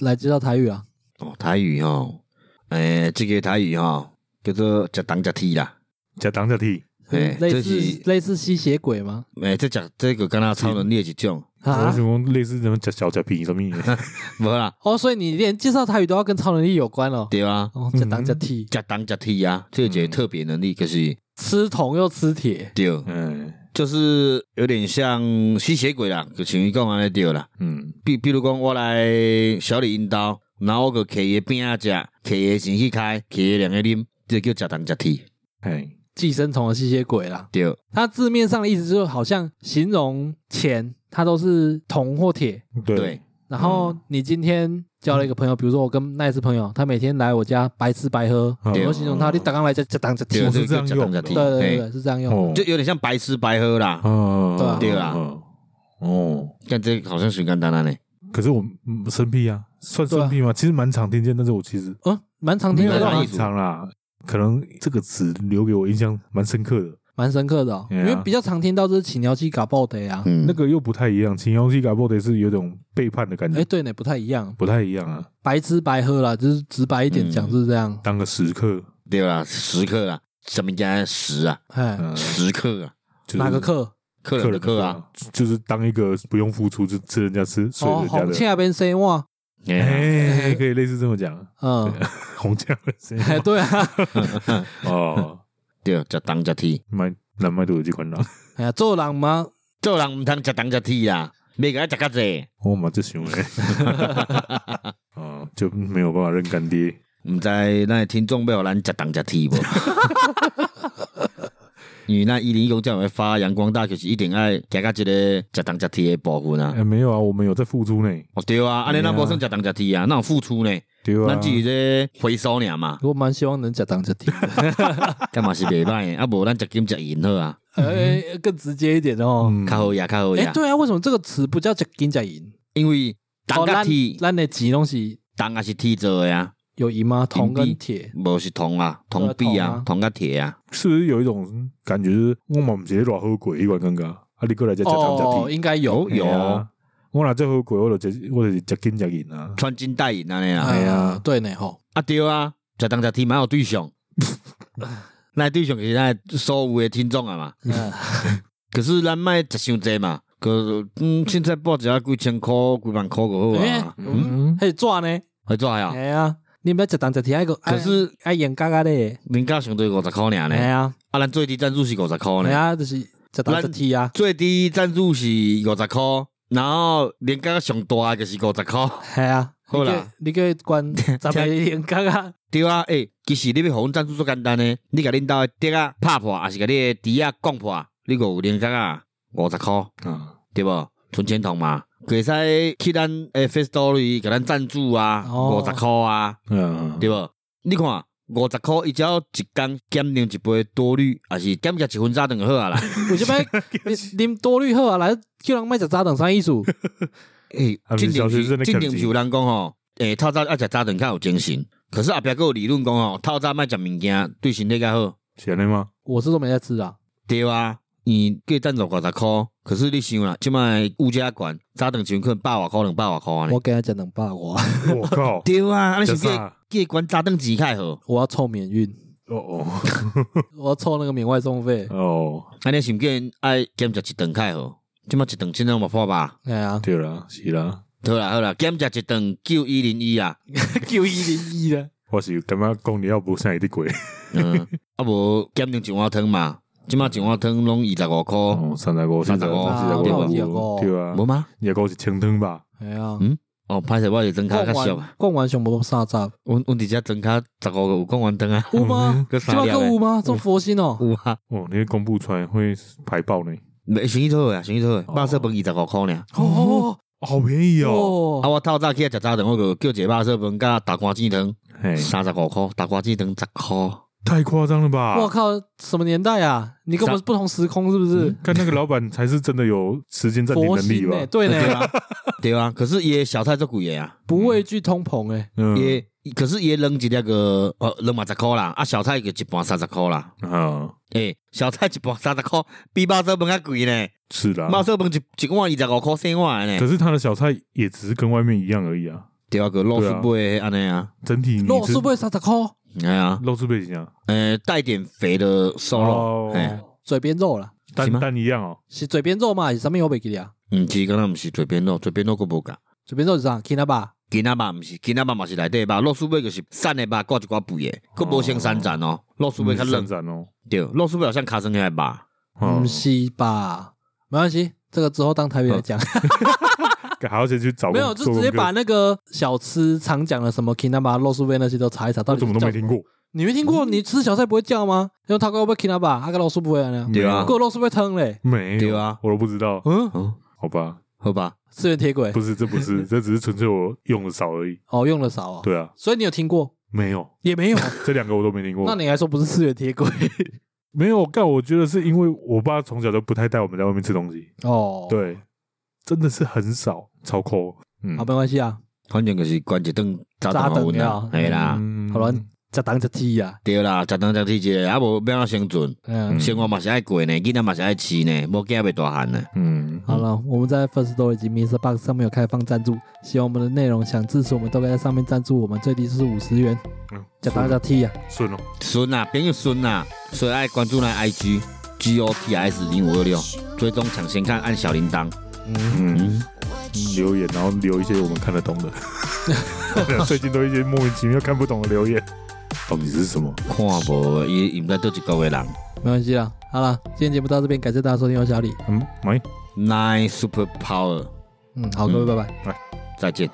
Speaker 1: 来介绍台语 啊，
Speaker 3: 哦，台语吼，诶、这个台语吼叫做“食东食铁”啦，
Speaker 2: 加当加替，
Speaker 3: 诶、
Speaker 1: 类
Speaker 3: 这
Speaker 1: 似
Speaker 3: 是
Speaker 1: 类似吸血鬼吗？
Speaker 3: 诶、这食这个敢若超能力的一种，
Speaker 2: 我
Speaker 1: 啊
Speaker 2: 想，讲类似什么加小加皮什么的，
Speaker 3: 无啦，
Speaker 1: 哦，所以你连介绍台语都要跟超能力有关哦。
Speaker 3: 对啊，
Speaker 1: 哦，这当这替，
Speaker 3: 食东食铁啊，这有一个特别能力，就是
Speaker 1: 吃铜又吃铁，
Speaker 3: 对，
Speaker 2: 嗯
Speaker 3: 就是有点像吸血鬼啦，就像伊讲安尼对啦。
Speaker 2: 嗯，
Speaker 3: 比比如讲，我来小李因兜，然后我个摕伊饼仔食，摕伊钱去开，摕伊两个啉，这叫食东食铁，
Speaker 2: 哎，
Speaker 1: 寄生虫的吸血鬼啦。
Speaker 3: 对，
Speaker 1: 它字面上的意思就是好像形容钱，它都是铜或铁。
Speaker 2: 对
Speaker 3: 对，
Speaker 2: 嗯
Speaker 1: 然后你今天交了一个朋友，比如说我跟那一次朋友，他每天来我家白吃白喝，
Speaker 2: 嗯
Speaker 1: 我形容他你打刚来这这当这
Speaker 3: 对
Speaker 1: 听，
Speaker 2: 哦是这样用的
Speaker 1: 对
Speaker 2: 对
Speaker 1: 对对
Speaker 3: 嘿
Speaker 1: 对，是这样用的。
Speaker 3: 就有点像白吃白喝啦。
Speaker 2: 哦，
Speaker 1: 对
Speaker 3: 啊
Speaker 2: 嗯，哦，
Speaker 3: 但这好像很简单啊呢。
Speaker 2: 可是我嗯生僻啊，算生僻吗？其实蛮常听见，但是我其实
Speaker 1: 嗯，蛮常
Speaker 2: 没
Speaker 1: 听
Speaker 2: 有
Speaker 1: 的
Speaker 2: 到
Speaker 3: 哪
Speaker 1: 啦
Speaker 3: 里
Speaker 2: 很常啦。可能这个词留给我印象蛮深刻的，
Speaker 1: 蛮深刻的哦，
Speaker 2: 对
Speaker 1: 因
Speaker 2: 啊
Speaker 1: 为比较常听到就是起鸟鸡嘎爆的呀。
Speaker 3: 嗯
Speaker 2: 那个又不太一样。秦瑶西嘎布得是有种背叛的感
Speaker 1: 哎，
Speaker 2: 觉，
Speaker 1: 对呢，不太一样，
Speaker 2: 不太一样啊。
Speaker 1: 白吃白喝啦，就是直白一点
Speaker 3: 嗯
Speaker 1: 讲是这样。
Speaker 2: 当个食客，
Speaker 3: 对啦，食客啦，什么叫食啊？
Speaker 1: 哎，
Speaker 2: 嗯，
Speaker 3: 食客啊，
Speaker 2: 就是
Speaker 1: 哪个客？
Speaker 3: 客人的客啊。，
Speaker 2: 就是当一个不用付出就吃人家吃睡
Speaker 1: 哦，
Speaker 2: 人家
Speaker 1: 红
Speaker 2: 的，
Speaker 1: 下边 say 哇，
Speaker 3: 哎
Speaker 2: 哎，可以类似这么讲，
Speaker 1: 嗯，
Speaker 2: 红酱的声音
Speaker 1: 哎， 对 啊，
Speaker 2: 哦，
Speaker 3: 对，食东食铁，
Speaker 2: 麦南麦都有这 款人，
Speaker 1: 哎呀，做人嘛，
Speaker 3: 做人毋通食东食啊铁啦，每个食较济，
Speaker 2: 哦我嘛这想诶， 啊，就没有办法认干爹，
Speaker 3: 毋知咱的听众要互咱食东食 铁无？因为咱一零一公这样会发扬光大，就是一定爱行到一个食东食铁的部分啊。
Speaker 2: 哎，没有啊，我们有在付出呢，
Speaker 3: 哦，对啊，安尼咱无算食东食铁啊，咱有付出呢，
Speaker 2: 哎对啊
Speaker 3: 咱，只是咧回收尔嘛，
Speaker 1: 我蛮希望能假当假听的，
Speaker 3: 干嘛是袂歹的，啊无咱食金食银好啊，
Speaker 1: 哎，更直接一点哦。
Speaker 2: 嗯
Speaker 3: 较好呀，较好
Speaker 1: 哎，
Speaker 3: 呀，
Speaker 1: 对啊，为什么这个词不叫假金假银？
Speaker 3: 因为
Speaker 1: 哦
Speaker 3: 东甲
Speaker 1: 咱
Speaker 3: 铁，
Speaker 1: 咱的钱东西
Speaker 3: 东也是铁做的啊，
Speaker 1: 有银吗？铜
Speaker 3: 银
Speaker 1: 跟
Speaker 3: 币
Speaker 1: 铁，
Speaker 3: 无是铜啊，铜币啊，
Speaker 1: 铜
Speaker 3: 铜甲铁啊。
Speaker 2: 是不是有一种感觉，就是我嘛不是偌好鬼一款感觉，啊，你过来再加糖加
Speaker 1: 哦，
Speaker 2: 甜，
Speaker 1: 应该有
Speaker 3: 有
Speaker 2: 嘿啊，我若再好鬼，我就我就是加金加银啊，
Speaker 3: 穿金戴银安尼啊，
Speaker 1: 哎
Speaker 2: 哎
Speaker 1: 呀
Speaker 2: 呀，
Speaker 1: 对呢吼，
Speaker 3: 啊对啊，食东食天蛮有 对象，那对象就是咱的所有的听众啊嘛。
Speaker 1: 嗯
Speaker 3: 可是咱卖食伤济嘛，可嗯凊彩报一下几千箍、几万箍就好
Speaker 1: 哎
Speaker 3: 啊，
Speaker 1: 嗯，还有纸呢，
Speaker 3: 会做哦呀
Speaker 1: 哎。呀，你们要假当假听那个，
Speaker 3: 啊可是
Speaker 1: 哎爱演嘎嘎的，
Speaker 3: 人家上对五十箍尔
Speaker 1: 哎
Speaker 3: 呢，
Speaker 1: 呀，
Speaker 3: 啊咱最低赞助是五十箍
Speaker 1: 哎
Speaker 3: 呢，
Speaker 1: 呀，就是假当假听啊，
Speaker 3: 最低赞助是五十箍，然后人家上大的就是五十箍。
Speaker 1: 哎呀，
Speaker 3: 好啦
Speaker 1: 你给，你给管咱们演嘎嘎，
Speaker 3: 对啊，诶、其实你要互阮赞助足简单诶，你甲恁兜诶竹啊拍破，还是甲你诶猪啊讲破，你就有零角啊五十箍，
Speaker 2: 啊，
Speaker 3: 对无？存钱筒嘛，佮会使去咱诶 Face Story 甲咱赞助啊，
Speaker 1: 哦
Speaker 3: 五十箍啊，
Speaker 2: 嗯，
Speaker 3: 对无？你看五十箍，伊只要一工减啉一杯多绿，还是减食一份早顿就好 啊啦。
Speaker 1: 有什么你啉多绿好啊，来叫人卖食早顿啥意思？
Speaker 3: 诶、
Speaker 2: 啊
Speaker 3: 这
Speaker 2: 不是小
Speaker 3: 点
Speaker 2: 学
Speaker 3: 是
Speaker 2: 生的
Speaker 3: 这
Speaker 2: 感
Speaker 3: 点是
Speaker 2: 情
Speaker 3: 有人讲吼，诶、透早爱食早顿较有精神，可是后壁佫有理论讲吼，透早莫食物件对身体较好。
Speaker 2: 是安尼吗？
Speaker 1: 我是都没在吃啊，
Speaker 3: 对啊，你计赞助五十箍，可是你想啦，即摆物价悬，早顿钱可能百外箍，两百外箍安尼，
Speaker 1: 我。给他讲两百我
Speaker 2: 我靠
Speaker 3: 对啊，安尼
Speaker 2: 这
Speaker 3: 想
Speaker 2: 啥
Speaker 3: 计？计管早顿钱较好，
Speaker 1: 我要凑免运，
Speaker 2: 哦哦
Speaker 1: 我要凑那个免外送费，
Speaker 2: 哦，
Speaker 3: 安尼想计爱减食一顿较好。即摆一顿千两百破吧，
Speaker 2: 嗯
Speaker 1: 哎呀，
Speaker 2: 对啦，是啦，
Speaker 3: 好啦好啦，减食一顿九一零一 啊，
Speaker 1: 九一零一了，
Speaker 2: 我是感觉讲你要无啥会得过，
Speaker 3: 嗯，啊无减定一碗汤嘛，即摆一碗汤拢二十五箍，
Speaker 2: 哦，三十五、
Speaker 3: 三
Speaker 2: 四
Speaker 3: 十
Speaker 2: 十
Speaker 3: 五
Speaker 2: 五、四
Speaker 3: 啊
Speaker 2: 十
Speaker 1: 对
Speaker 2: 五，
Speaker 1: 吧
Speaker 2: 对啊
Speaker 3: 无，吗？
Speaker 2: 也够是清汤吧？
Speaker 1: 哎呀
Speaker 3: 嗯，哦，歹势，我是装卡
Speaker 1: 逛
Speaker 3: 较俗
Speaker 1: 完，逛完熊猫沙扎，
Speaker 3: 阮阮伫遮装卡十五个有讲完汤啊，
Speaker 1: 有 吗？
Speaker 3: 个
Speaker 1: 这
Speaker 3: 三
Speaker 1: 么
Speaker 3: 粒
Speaker 1: 个有
Speaker 3: 的
Speaker 1: 吗？这么佛心哦，
Speaker 3: 有啊，
Speaker 2: 哦，你公布出来会排爆呢，
Speaker 3: 没生意做啊，生意做，肉色饭二十五箍尔。
Speaker 1: 哦
Speaker 2: 好便宜哦，
Speaker 1: 哦
Speaker 3: 啊，，我透早起来食早顿，我就叫一个肉色饭甲大瓜子汤，
Speaker 2: 嘿，
Speaker 3: 三十五箍，大瓜子汤十箍。
Speaker 2: 太夸张了吧？
Speaker 1: 我靠，什么年代啊？你跟我们不同时空是不是？
Speaker 2: 看那个老板才是真的有时间暂停
Speaker 1: 佛
Speaker 2: 能力
Speaker 1: 心哎，
Speaker 2: 吧？
Speaker 1: 对
Speaker 3: 对
Speaker 1: 呢，
Speaker 3: 啊， 对啊。可是伊的小菜足贵的啊，
Speaker 1: 不畏惧通膨哎，
Speaker 2: 嗯
Speaker 3: 伊的可是伊的扔一那个呃扔嘛十箍啦，啊小菜就一盘三十箍啦。
Speaker 2: 啊，
Speaker 3: 诶、小菜一盘三十箍，比肉色饭较贵呢。
Speaker 2: 是啦，
Speaker 3: 肉色饭一一碗二十五箍，四碗的
Speaker 2: 可
Speaker 3: 呢。
Speaker 2: 是他的小菜也只是跟外面一样而已啊，
Speaker 3: 对啊，个肉丝
Speaker 2: 对啊
Speaker 3: 贝安尼啊，
Speaker 2: 整体你
Speaker 1: 肉
Speaker 2: 吃
Speaker 1: 是不会三十块，
Speaker 3: 哎
Speaker 1: 啊
Speaker 3: 呀，
Speaker 2: 肉是不是一样？
Speaker 3: 呃，带点肥的瘦肉
Speaker 2: 哦，
Speaker 3: 哎、
Speaker 1: 嘴边肉啦，
Speaker 2: 蛋
Speaker 3: 是吗
Speaker 2: 蛋一样哦，
Speaker 1: 是嘴边肉嘛？是什么有袂记得啊？
Speaker 3: 嗯，其实敢若毋是嘴边肉，嘴边肉佫无共。
Speaker 1: 嘴边肉是啥？听得吧？
Speaker 3: 囡仔嘛毋是，囡仔嘛嘛是内底吧，肉丝尾就是瘦的吧，挂一寡肥的，佫无先三层哦，肉丝尾较
Speaker 2: 冷
Speaker 3: 嫩，
Speaker 2: 展哦，
Speaker 3: 对，肉丝尾好像卡生遐的吧，
Speaker 2: 嗯
Speaker 1: 不是吧？没关系，这个之后当台北来讲，
Speaker 2: 还要先去找
Speaker 1: 没
Speaker 2: 工
Speaker 1: 有就
Speaker 2: 哦做
Speaker 1: 直接
Speaker 2: 功课
Speaker 1: 把那个小吃常讲的什么 kinaba、肉丝味那些都查一查，到
Speaker 2: 我
Speaker 1: 底
Speaker 2: 怎么都没
Speaker 1: 叫什
Speaker 2: 听过。嗯
Speaker 1: 你没听过？你吃小菜不会叫吗？因为他会不会 kinaba，阿个肉丝不会啊？
Speaker 2: 嗯
Speaker 3: 对啊
Speaker 1: 过肉丝会汤嘞？
Speaker 2: 没有
Speaker 3: 对啊
Speaker 2: 我都不知道，
Speaker 1: 嗯，
Speaker 3: 嗯，
Speaker 2: 好吧，
Speaker 3: 好吧？
Speaker 1: 四元铁轨
Speaker 2: 不是，这不是，这只是纯粹我用的少而已。
Speaker 1: 哦，用的少哦，，
Speaker 2: 对啊，
Speaker 1: 所以你有听过
Speaker 2: 没有
Speaker 1: 也没有，
Speaker 2: 这两个 我都没听过
Speaker 1: 那。你还说不是四元铁 轨
Speaker 2: 没有，干，我觉得是因为我爸从小就不太带我们在外面吃东西，
Speaker 1: 哦？，
Speaker 2: 对，真的是很少，超抠。
Speaker 3: 嗯
Speaker 1: 好，，没关系啊，
Speaker 3: 反正就是管一顿早
Speaker 1: 早
Speaker 3: 顿好
Speaker 1: 顿
Speaker 3: 稳
Speaker 1: 了
Speaker 3: 啦，系啊啦，
Speaker 2: 嗯
Speaker 1: 好了，再当一梯啊，
Speaker 3: 对啦，食顿食天节，啊无要怎生存，
Speaker 1: 嗯
Speaker 2: 嗯，
Speaker 3: 生活嘛是爱过呢，囡仔嘛是爱饲呢，无惊袂大汉呢。
Speaker 2: 嗯，
Speaker 1: 好了，我们在 First Story 及 Mr. Box 上面有开放赞助，喜欢我们的内容想支持我们，都可以在上面赞助我们，最低是五十元，
Speaker 2: 嗯，
Speaker 1: 再当一梯啊，
Speaker 2: 顺哦，
Speaker 3: 孙啊，朋友孙啊，所以爱关注咱 IG G O T S 零五二六，追踪抢先看，按小铃铛。
Speaker 1: 嗯，
Speaker 3: 嗯，
Speaker 2: 留言，然后留一些我们看得懂的。 最近都一些莫名其妙看不懂的留言，到底哦是什么？
Speaker 3: 看无伊伊毋知倒一个月人。
Speaker 1: 没关系啦，好了，今天节目到这边，感谢大家收听，我是小李，
Speaker 2: 嗯，喂。
Speaker 3: Nine Super Power，
Speaker 1: 嗯，好，各位拜拜。
Speaker 3: 再见。